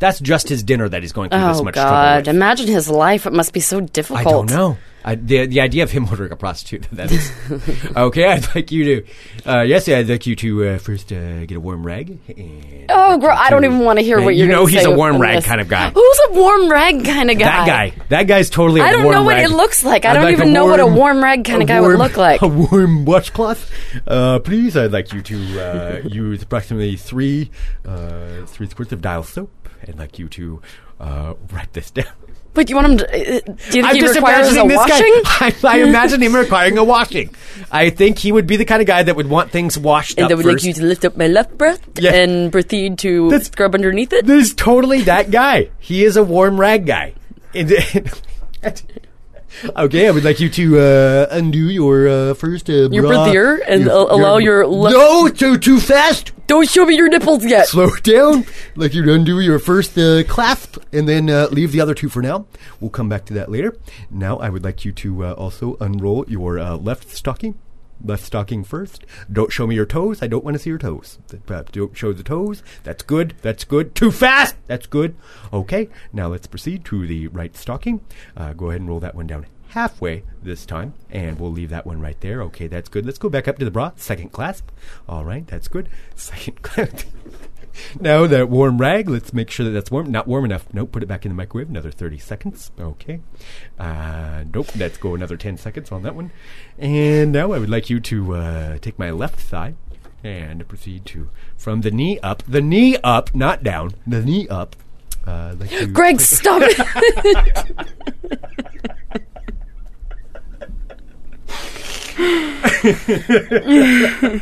That's just his dinner that he's going through this Oh much trouble. God! with. Imagine his life. It must be so difficult. I don't know. I, the, the idea of him ordering a prostitute. That is okay. I'd like you to. Uh, yes, I'd like you to uh, first uh, get a warm rag. And Oh, girl, I don't even want to hear Uh, what you you're. know. gonna He's say a warm on rag this. kind of guy. Who's a warm rag kind of guy? That guy. That guy's totally. I I don't know what it looks like. I don't even know what a warm rag kinda guy would look like. A warm washcloth, uh, please. I'd like you to uh, use approximately three, uh, three squirts of dial soap. I'd like you to uh, write this down. But you want him? To, uh, do you think I'm he just requires a imagining this washing? guy. I, I imagine him requiring a washing. I think he would be the kind of guy that would want things washed And up they would first. like you to lift up my left breast Yeah. and proceed to That's- scrub underneath it. This is totally that guy. He is a warm rag guy. And- okay, I would like you to uh, undo your uh, first uh, Your bra- brassiere and al- allow your left- no, too too fast. Don't show me your nipples yet. Slow down. Like you undo your first uh, clasp and then uh, leave the other two for now. We'll come back to that later. Now, I would like you to uh, also unroll your uh, left stocking. Left stocking first. Don't show me your toes. I don't want to see your toes. Uh, Don't show the toes. That's good. That's good. Too fast. That's good. Okay. Now let's proceed to the right stocking. Uh, go ahead and roll that one down halfway this time, and we'll leave that one right there. Okay, that's good. Let's go back up to the bra. Second clasp. All right, that's good. Second clasp. Now that warm rag, let's make sure that that's warm. Not warm enough. Nope, put it back in the microwave. Another 30 seconds. Okay. Uh, nope, let's go another 10 seconds on that one. And now I would like you to uh, take my left thigh and proceed to, from the knee up, the knee up, not down, the knee up. Uh, like you- Greg, stop it.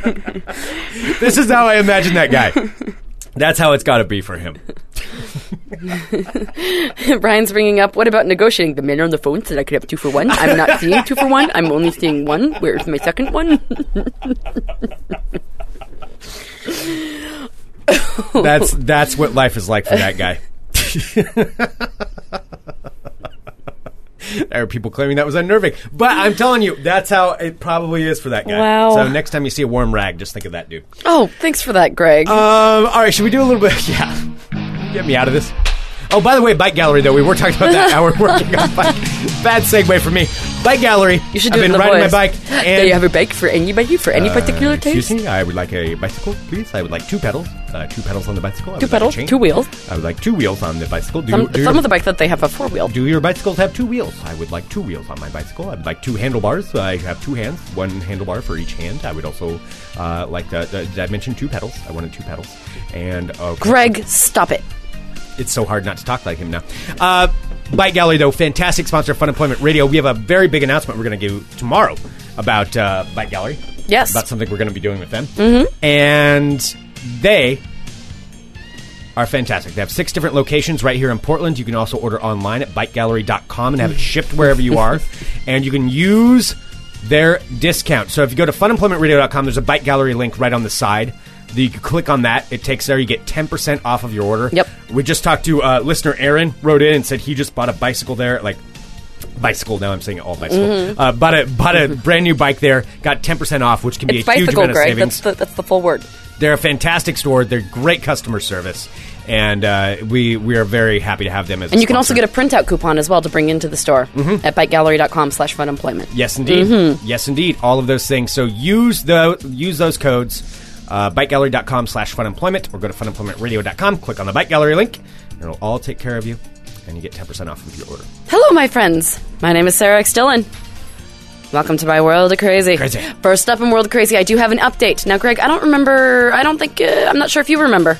This is how I imagine that guy. That's how it's got to be for him. Brian's bringing up. What about negotiating? The man on the phone said I could have two for one. I'm not seeing two for one. I'm only seeing one. Where's my second one? That's that's what life is like for that guy. There are people claiming that was unnerving, but I'm telling you, that's how it probably is for that guy. Wow. So next time you see a warm rag, just think of that dude. Oh, thanks for that, Greg. Um, all right, should we do a little bit? Yeah, get me out of this. Oh, by the way, Bike Gallery. Though we were talking about that. How we're working on bike. Bad segue for me. Bike Gallery. you should I've do been it in the riding voice. my bike. there And you have a bike for anybody for any particular Uh, Excuse taste. me, I would like a bicycle, please. I would like two pedals. Uh, two pedals on the bicycle. I Two would like a pedals, chain. two wheels. I would like two wheels on the bicycle. Do, Some, do some your, of the bike that they have a four wheel. do your bicycles have two wheels? I would like two wheels on my bicycle. I'd like two handlebars. I have two hands, one handlebar for each hand. I would also uh, like the, the. Did I mention two pedals? I wanted two pedals. And okay. Greg, stop it. it's so hard not to talk like him now. Uh, Bike Gallery, though, fantastic sponsor of Fun Employment Radio. We have a very big announcement we're going to do tomorrow about uh, Bike Gallery. Yes. About something we're going to be doing with them. Mm-hmm. And they are fantastic. They have six different locations right here in Portland. You can also order online at bikegallery.com and have it shipped wherever you are. and you can use their discount. So if you go to funemploymentradio.com, there's a bike gallery link right on the side. You can click on that. It takes there. You get 10% off of your order. Yep. We just talked to uh, listener Aaron, wrote in and said he just bought a bicycle there, like bicycle. Now I'm saying all bicycle. Mm-hmm. Uh, bought a bought a brand new bike there. Got 10% off, which can be a It's huge bicycle, amount of Greg. savings. That's the, that's the full word. They're a fantastic store. They're great customer service, and uh, we we are very happy to have them as. And you can also get a printout coupon as well to bring into the store at bikegallery.com slash fun employment. yes, indeed, Mm-hmm. yes, indeed, all of those things. So use the use those codes. Uh, bikegallery.com slash funemployment or go to funemploymentradio.com click on the bike gallery link and it'll all take care of you and you get 10% off of your order Hello, my friends. My name is Sarah X. Dillon. Welcome to my world of crazy. Crazy. First up in world of crazy, I do have an update. Now, Greg, I don't remember. I don't think. Uh, I'm not sure if you remember.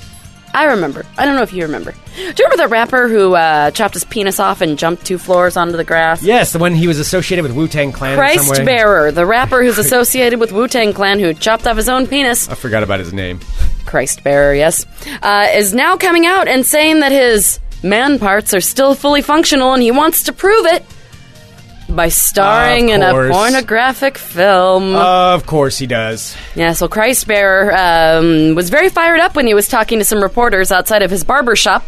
I remember. I don't know if you remember. Do you remember the rapper who uh, chopped his penis off and jumped two floors onto the grass? yes the one he was associated with wu-tang clan in some Christ way. Bearer, the rapper who's associated with Wu Tang Clan, who chopped off his own penis. i forgot about his name Christ bearer, yes, uh, is now coming out and saying that his man parts are still fully functional and he wants to prove it by starring Of in a course. pornographic film. of course he does yeah, so Christ bearer um, was very fired up when he was talking to some reporters outside of his barber shop.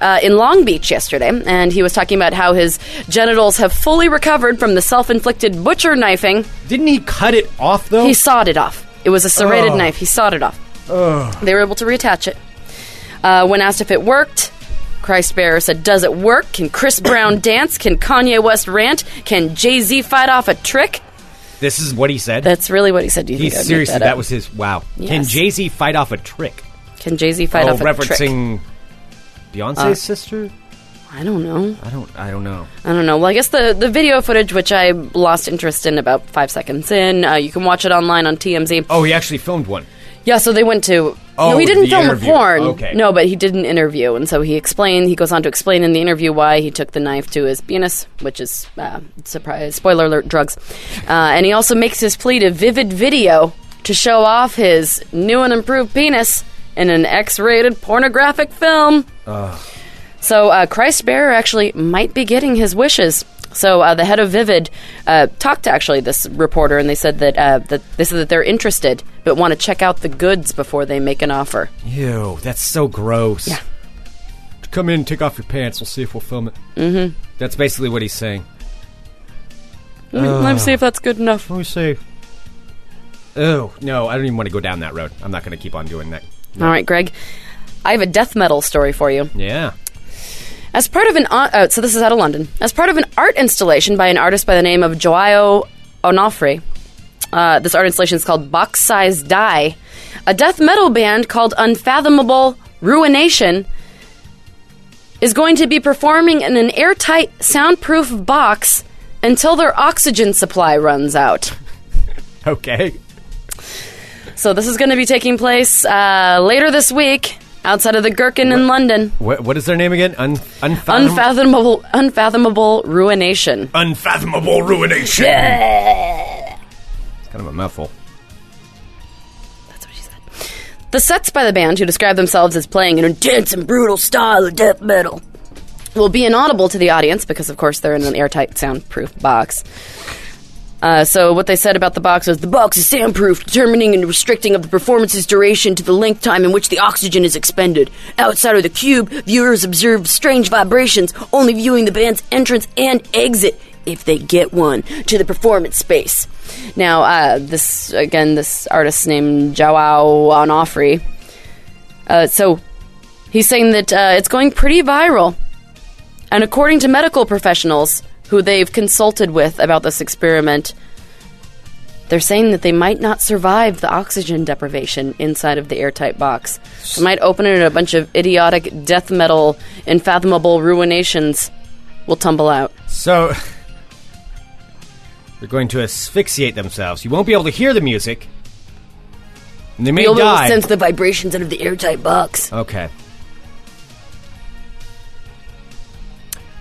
Uh, in Long Beach yesterday, and he was talking about how his genitals have fully recovered from the self inflicted butcher knifing didn't he cut it off though Oh, he sawed it off. It was a serrated Ugh. knife. He sawed it off. They were able to reattach it. Uh, when asked if it worked, Christ Bearer said, Does it work? Can Chris Brown dance? Can Kanye West rant? Can Jay Z fight off a trick? this is what he said That's really what he said. Do you He think I made seriously, that, that, up? was his wow. Can Yes. Jay Z fight off a trick? Can Jay Z fight oh, off a trick? referencing Beyonce's Uh, sister? I don't know. I don't. I don't know. I don't know. Well, I guess the, the video footage, which I lost interest in about five seconds in, uh, you can watch it online on TMZ. Oh, he actually filmed one. Yeah, so they went to. Oh, no, he didn't the film interview. a porn. Okay. No, but he did an interview, and so he explained. He goes on to explain in the interview why he took the knife to his penis, which is uh, surprise spoiler alert drugs, uh, and he also makes his plea to Vivid Video to show off his new and improved penis in an X-rated pornographic film. So uh, Christ Bearer actually might be getting his wishes. So uh, the head of Vivid uh, talked to actually this reporter, and they said that uh, that they said that they're interested, but want to check out the goods before they make an offer. Ew, that's so gross. Yeah. Come in, take off your pants. We'll see if we'll film it. Mm-hmm. That's basically what he's saying. Let me see if that's good enough. Let me see. Oh no, I don't even want to go down that road. I'm not going to keep on doing that. All right, Greg, I have a death metal story for you. Yeah. As part of an uh, uh, so this is out of London. As part of an art installation by an artist by the name of Joao Onofre, uh, this art installation is called Box Size Die. A death metal band called Unfathomable Ruination is going to be performing in an airtight, soundproof box until their oxygen supply runs out. Okay. So this is going to be taking place uh, later this week outside of the Gherkin in London. What, what is their name again? Un- unfathom- Unfathomable, unfathomable ruination. unfathomable ruination. It's kind of a mouthful. That's what she said. The sets by the band, who describe themselves as playing an intense and brutal style of death metal, will be inaudible to the audience because, of course, they're in an airtight, soundproof box. Uh, so what they said about the box was the box is soundproof, determining and restricting of the performance's duration to the length time in which the oxygen is expended. Outside of the cube, viewers observe strange vibrations, only viewing the band's entrance and exit. if they get one to the performance space. Now, uh, this again, this artist named Joao Onofre. Uh, so he's saying that uh, it's going pretty viral, and according to medical professionals who they've consulted with about this experiment, they're saying that they might not survive the oxygen deprivation inside of the airtight box. They might open it and a bunch of idiotic death metal, unfathomable ruinations will tumble out. So they're going to asphyxiate themselves. You won't be able to hear the music, and they may You'll be able to die. sense the vibrations out of the airtight box. okay,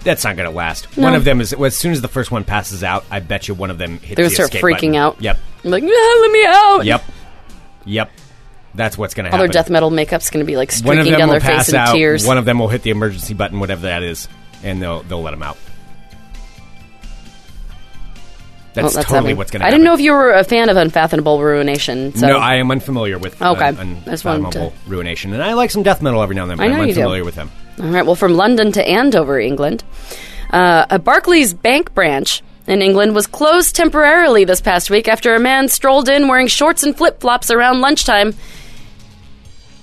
that's not going to last. One of them is well, as soon as the first one passes out. I bet you one of them hits. They're gonna the start escape freaking button. out. Yep, I'm like, "Ah, let me out. yep, yep. That's what's going to All their happen. death metal makeup's going to be like one of streaking them down will their face pass in out. tears. One of them will hit the emergency button, whatever that is, and they'll they'll let them out. Well, That's, that's totally happening. what's going to I happen. didn't know if you were a fan of unfathomable ruination. So No, I am unfamiliar with uh, Okay. I just wanted unfathomable ruination, and I like some death metal every now and then. But I know I'm you do. unfamiliar with them. All right, well, from London to Andover, England, uh, a Barclays bank branch in England was closed temporarily this past week after a man strolled in wearing shorts and flip flops around lunchtime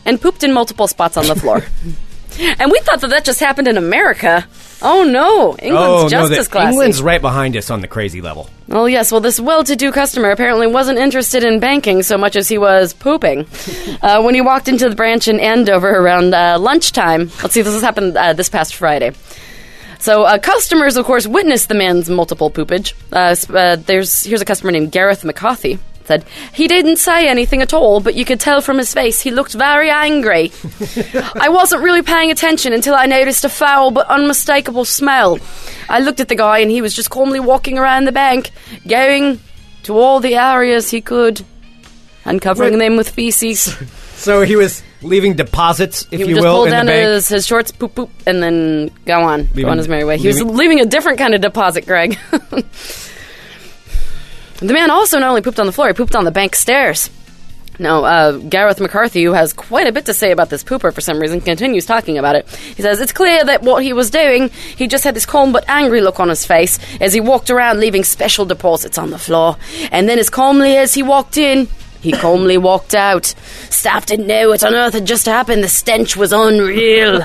and pooped in multiple spots on the floor. and we thought that that just happened in America. Oh no, England's oh no, just the- as classy. England's right behind us on the crazy level. Well, yes. Well, this well to do customer apparently wasn't interested in banking so much as he was pooping. uh, when he walked into the branch in Andover around uh, lunchtime, let's see, this has happened uh, this past Friday. So, uh, customers, of course, witnessed the man's multiple poopage. Uh, s- uh, there's Here's a customer named Gareth McCarthy. Said, he didn't say anything at all, but you could tell from his face he looked very angry. I wasn't really paying attention until I noticed a foul but unmistakable smell. I looked at the guy and he was just calmly walking around the bank, going to all the areas he could, uncovering Right. them with feces. So he was leaving deposits, if He you would just will, pull in down the bank. his, his shorts, poop poop, and then go on, Leaving- go on his merry way. He was leaving- leaving a different kind of deposit, Greg. the man also not only pooped on the floor, he pooped on the bank stairs. Now, uh, Gareth McCarthy, who has quite a bit to say about this pooper for some reason, continues talking about it. He says, It's clear that what he was doing, he just had this calm but angry look on his face as he walked around leaving special deposits on the floor. And then, as calmly as he walked in, he calmly walked out. Staff didn't know what on earth had just happened. The stench was unreal.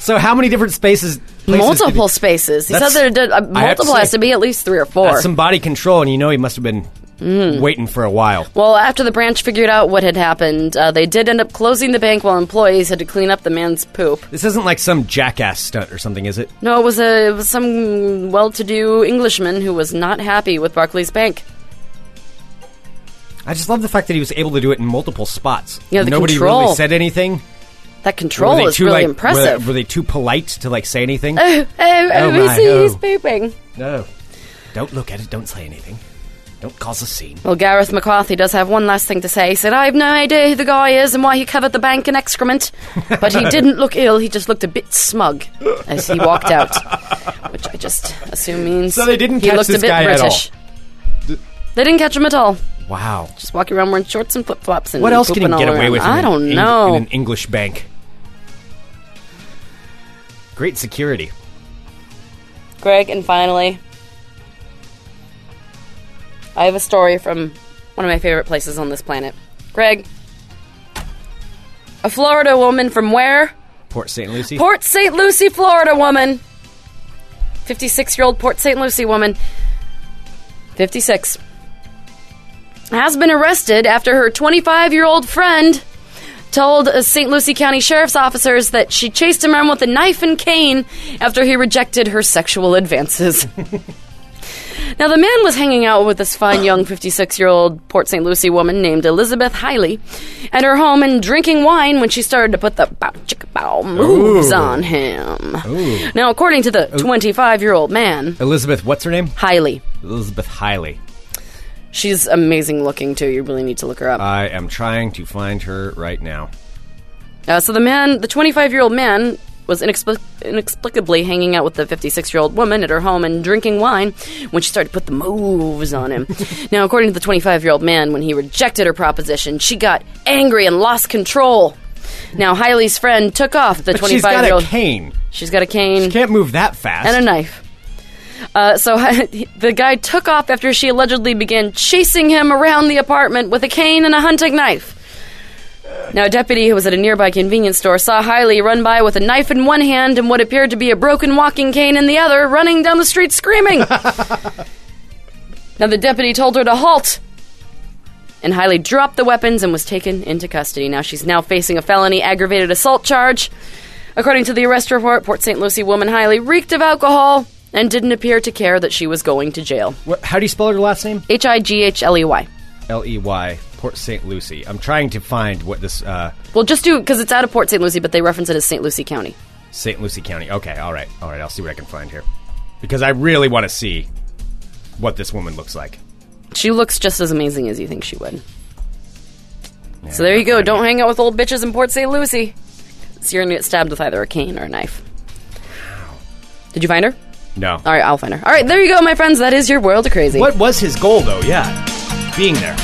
so how many different spaces? places did he- multiple spaces. He That's- says there did, uh, I have to multiple say- has to be at least three or four. That's some body control, and you know he must have been Mm. waiting for a while. Well, after the branch figured out what had happened, uh, they did end up closing the bank while employees had to clean up the man's poop. This isn't like some jackass stunt or something, is it? No, it was a it was some well-to-do Englishman who was not happy with Barclays Bank. I just love the fact that he was able to do it in multiple spots. Yeah, the Nobody really control. said anything. That control were they is too really like, Were impressive. they, were they too polite to like say anything? oh, oh, oh, Oh, we my, see he's oh. pooping. No. Don't look at it. Don't say anything. Don't cause a scene. Well, Gareth McCarthy does have one last thing to say. He said, I have no idea who the guy is and why he covered the bank in excrement, but he didn't look ill. He just looked a bit smug as he walked out, which I just assume means So they didn't he catch looked this a bit guy at all? British. They didn't catch him at all. Wow. Just walking around wearing shorts and flip flops and What else can pooping you get all away around. with? in I an don't Eng- know. In an English bank. Great security. Greg, and finally, I have a story from one of my favorite places on this planet. Greg, a Florida woman from where? Port St. Lucie. Port St. Lucie, Florida woman. 56 year old Port St. Lucie woman. 56. Has been arrested after her 25 year old friend told uh, St. Lucie County Sheriff's officers that she chased him around with a knife and cane after he rejected her sexual advances. Now, the man was hanging out with this fine young 56 year old Port St. Lucie woman named Elizabeth Hiley at her home and drinking wine when she started to put the bow chicka bow moves Ooh. on him. Now, according to the 25 year old man, Elizabeth, what's her name? Hiley, Elizabeth Hiley. she's amazing looking too. You really need to look her up. I am trying to find her right now. Uh, so the man, the 25 year old man, was inexplic- inexplicably hanging out with the 56 year old woman at her home and drinking wine when she started to put the moves on him. now, according to the 25 year old man, when he rejected her proposition, she got angry and lost control. Now, Hailey's friend took off the She's 25 got year a old. cane. She's got a cane Can't move that fast. and a knife. Uh, so the guy took off after she allegedly began chasing him around the apartment with a cane and a hunting knife. Now, a deputy who was at a nearby convenience store saw Hiley run by with a knife in one hand and what appeared to be a broken walking cane in the other, running down the street screaming. now, the deputy told her to halt, and Hiley dropped the weapons and was taken into custody. Now, she's now facing a felony aggravated assault charge. According to the arrest report, Port St. Lucie woman Hiley reeked of alcohol and didn't appear to care that she was going to jail. What, how do you spell her last name? H I G H L E Y. L E Y, Port St. Lucie. I'm trying to find what this uh, Well, just do because it's out of Port St. Lucie, but they reference it as St. Lucie County. St. Lucie County. Okay, all right, all right. I'll see what I can find here because I really want to see what this woman looks like. She looks just as amazing as you think she would. so there you go. Don't hang out with old bitches in Port St. Lucie. So you're gonna get stabbed with either a cane or a knife. Did you find her? No. All right, I'll find her. All right, there you go, my friends. That is your world of crazy. What was his goal though? Yeah, being there.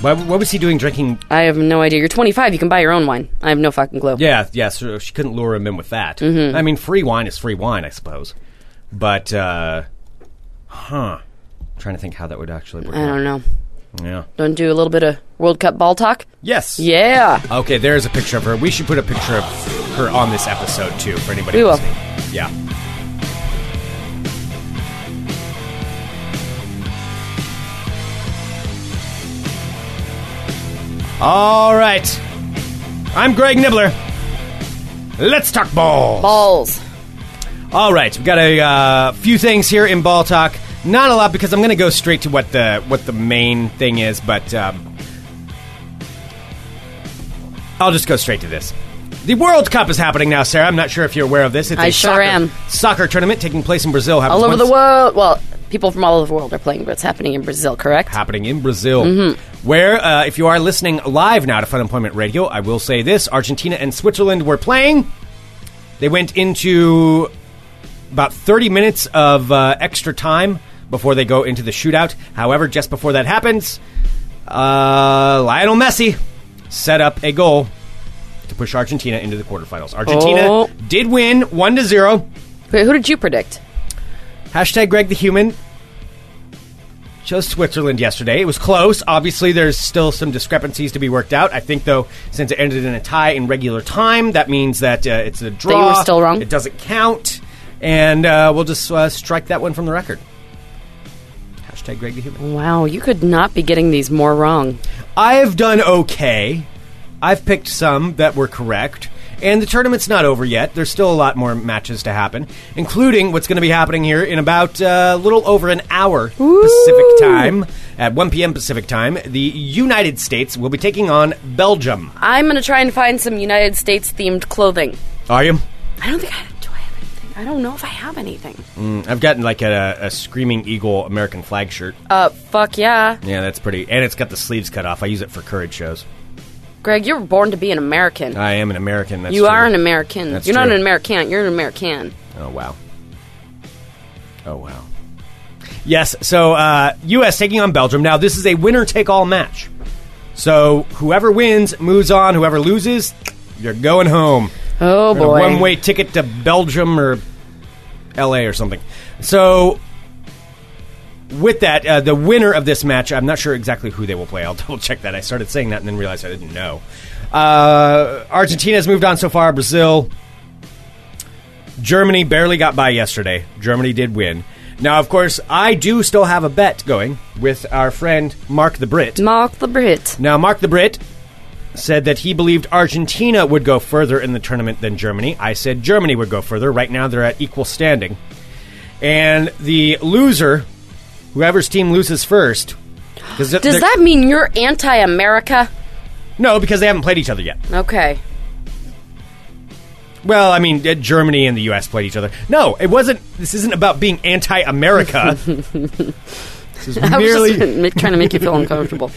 What, what was he doing drinking? I have no idea. You're 25. You can buy your own wine. I have no fucking clue. Yeah, yeah. So she couldn't lure him in with that. Mm-hmm. I mean, free wine is free wine, I suppose. But uh, huh? trying to think how that would actually work. I don't know. Yeah. Don't do a little bit of World Cup ball talk. Yes. Yeah. Okay, there's a picture of her. We should put a picture of her on this episode too for anybody. We will. listening. Yeah. All right. I'm Greg Nibbler. Let's talk balls. Balls. All right, we've got a uh, few things here in ball talk. Not a lot because I'm going to go straight to what the what the main thing is, but um, I'll just go straight to this. The World Cup is happening now, Sarah. I'm not sure if you're aware of this. It's I a sure soccer, am. Soccer tournament taking place in Brazil. happens All over the once- world. Well, people from all over the world are playing, but it's happening in Brazil, correct? Mm-hmm. happening in Brazil. Where, uh, if you are listening live now to Fun Employment Radio, I will say this Argentina and Switzerland were playing. They went into about 30 minutes of uh, extra time before they go into the shootout. However, just before that happens, uh, Lionel Messi set up a goal to push Argentina into the quarterfinals. Argentina Oh. did win 1 to 0. Wait, who did you predict? Hashtag Greg the Human chose Switzerland yesterday. It was close. Obviously, there's still some discrepancies to be worked out. I think, though, since it ended in a tie in regular time, that means that uh, it's a draw. were still wrong? It doesn't count. And uh, we'll just uh, strike that one from the record. Hashtag Greg the Human. Wow, you could not be getting these more wrong. I've done okay. I've picked some that were correct. And the tournament's not over yet. There's still a lot more matches to happen, including what's going to be happening here in about uh, a little over an hour Pacific time. At 1 p.m. Pacific time, the United States will be taking on Belgium. I'm going to try and find some United States themed clothing. Are you? I don't think I do I have anything. I don't know if I have anything. I've gotten like a, a Screaming Eagle American flag shirt. Uh, fuck yeah. yeah, that's pretty. And it's got the sleeves cut off. I use it for courage shows. Greg, you were born to be an American. I am an American. That's you true. are an American. That's you're not true. an American, you're an American. Oh wow. Oh wow. Yes, so uh, U.S. taking on Belgium. Now this is a winner-take-all match. So whoever wins moves on. Whoever loses, you're going home. Oh boy. One way ticket to Belgium or L.A. or something. So, with that, uh, the winner of this match, I'm not sure exactly who they will play. I'll double check that. I started saying that and then realized I didn't know. Uh, Argentina has moved on so far. Brazil, Germany barely got by yesterday. Germany did win. Now, of course, I do still have a bet going with our friend Mark the Brit. Mark the Brit. Now, Mark the Brit said that he believed Argentina would go further in the tournament than Germany. I said Germany would go further. Right now, they're at equal standing. And the loser, whoever's team loses first, does Does that mean you're anti America? no? Because they haven't played each other yet. Okay. Well, I mean, uh, Germany and the U.S. played each other. No, it wasn't. This isn't about being anti-America. this is I was merely just ma- trying to make you feel uncomfortable.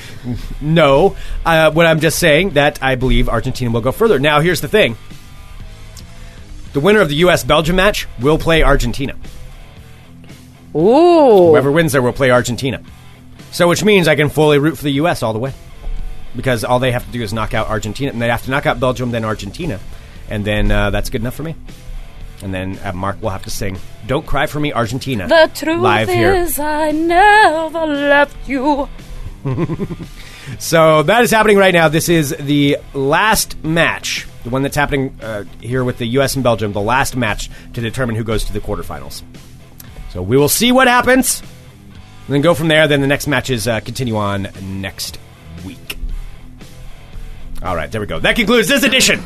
No, uh, what I'm just saying that I believe Argentina will go further. Now, here's the thing: the winner of the U.S. Belgium match will play Argentina. Ooh. Whoever wins there will play Argentina. So, which means I can fully root for the U.S. all the way because all they have to do is knock out Argentina, and they have to knock out Belgium, then Argentina, and then uh, that's good enough for me. And then uh, Mark will have to sing "Don't Cry for Me, Argentina." The truth live here. is, I never left you. So that is happening right now. This is the last match, the one that's happening uh, here with the U.S. and Belgium. The last match to determine who goes to the quarterfinals. So we will see what happens, and then go from there. Then the next matches uh, continue on next week. All right, there we go. That concludes this edition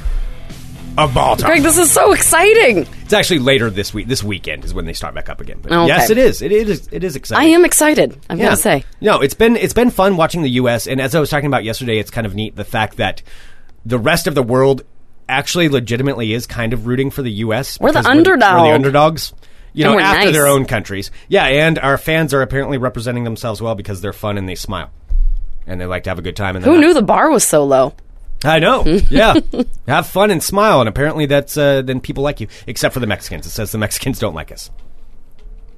of Ball Talk. Greg, this is so exciting. It's actually later this week. This weekend is when they start back up again. But Oh, Okay. Yes, it is. It is. It is I exciting. am excited. I'm Yeah. gonna say. No, it's been it's been fun watching the U.S. And as I was talking about yesterday, it's kind of neat the fact that the rest of the world actually legitimately is kind of rooting for the U.S. We're the because We're, underdog. the underdogs. You And know, we're after nice. their own countries. Yeah, and our fans are apparently representing themselves well because they're fun and they smile. And they like to have a good time. And Who knew the bar was so low? I know. Yeah, have fun and smile, and apparently that's uh, then people like you, except for the Mexicans. It says the Mexicans don't like us How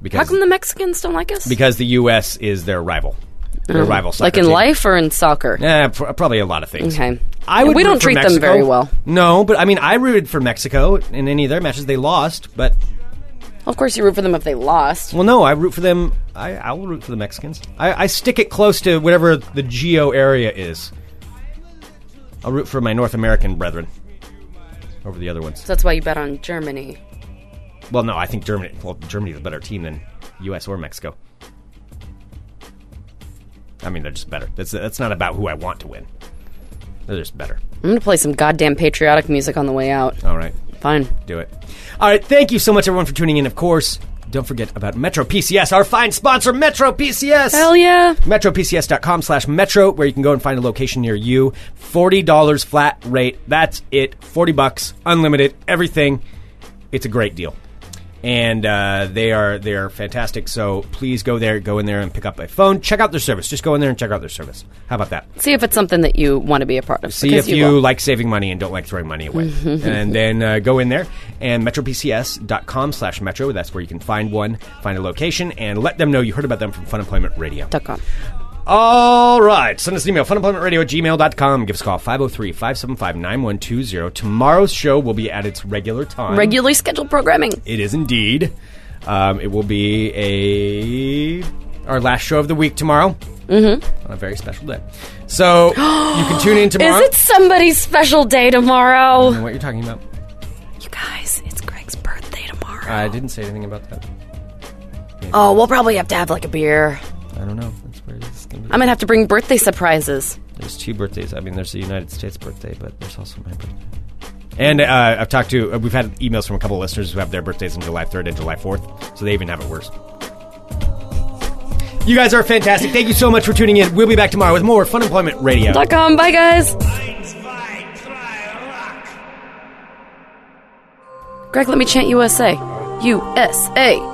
because come the Mexicans don't like us? because the U.S. is their rival, their rival. Soccer Mm. like in team. life or in soccer? yeah, pr- probably a lot of things. Okay. I would we don't root for treat them Mexico. very well. No, but I mean, I rooted for Mexico in any of their matches. They lost, but Of course, you root for them if they lost. well, no, I root for them. I I will root for the Mexicans. I, I stick it close to whatever the geo area is. I'll root for my North American brethren over the other ones. So that's why you bet on Germany. Well, no, I think Germany. Well, Germany's a better team than U.S. or Mexico. I mean, they're just better. That's that's not about who I want to win. They're just better. I'm gonna play some goddamn patriotic music on the way out. All right, Fine. do it. All right, thank you so much, everyone, for tuning in. Of course, don't forget about Metro PCS, our fine sponsor, Metro PCS. Hell yeah. MetroPCS.com slash Metro, where you can go and find a location near you. $40 flat rate. That's it. 40 bucks, unlimited, everything. It's a great deal. And uh, they are they are fantastic. So please go there, go in there and pick up a phone. Check out their service. Just go in there and check out their service. How about that? See if it's something that you want to be a part of. See because if you, will. like saving money and don't like throwing money away. and then uh, go in there and metropcs.com slash metro. That's where you can find one, find a location, and let them know you heard about them from Fun Employment Radio. Duck on. All right. Send us an email, funemploymentradio@gmail.com. Give us a call, 503 575 9120. Tomorrow's show will be at its regular time. Regularly scheduled programming. It is indeed. Um, it will be a our last show of the week tomorrow. Mm-hmm. On a very special day. So you can tune in Is tomorrow. it somebody's special day tomorrow? I don't know what you're talking about. You guys, it's Greg's birthday tomorrow. I didn't say anything about that. oh, we'll probably have to have like a beer. I don't know. That's where it's gonna be. I'm gonna have to bring birthday surprises. There's two birthdays. I mean, there's the United States birthday, but there's also my birthday. And uh, I've talked to, uh, we've had emails from a couple of listeners who have their birthdays on July 3rd and July 4th, so they even have it worse. You guys are fantastic. Thank you so much for tuning in. We'll be back tomorrow with more Fun Employment Radio. Duck on. Bye, guys. Greg, let me chant USA. USA.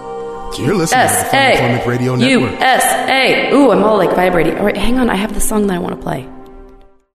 You're listening to the Fun USA. Employment Radio Network. USA. Ooh, I'm all like vibrating. All right, hang on. I have the song that I want to play.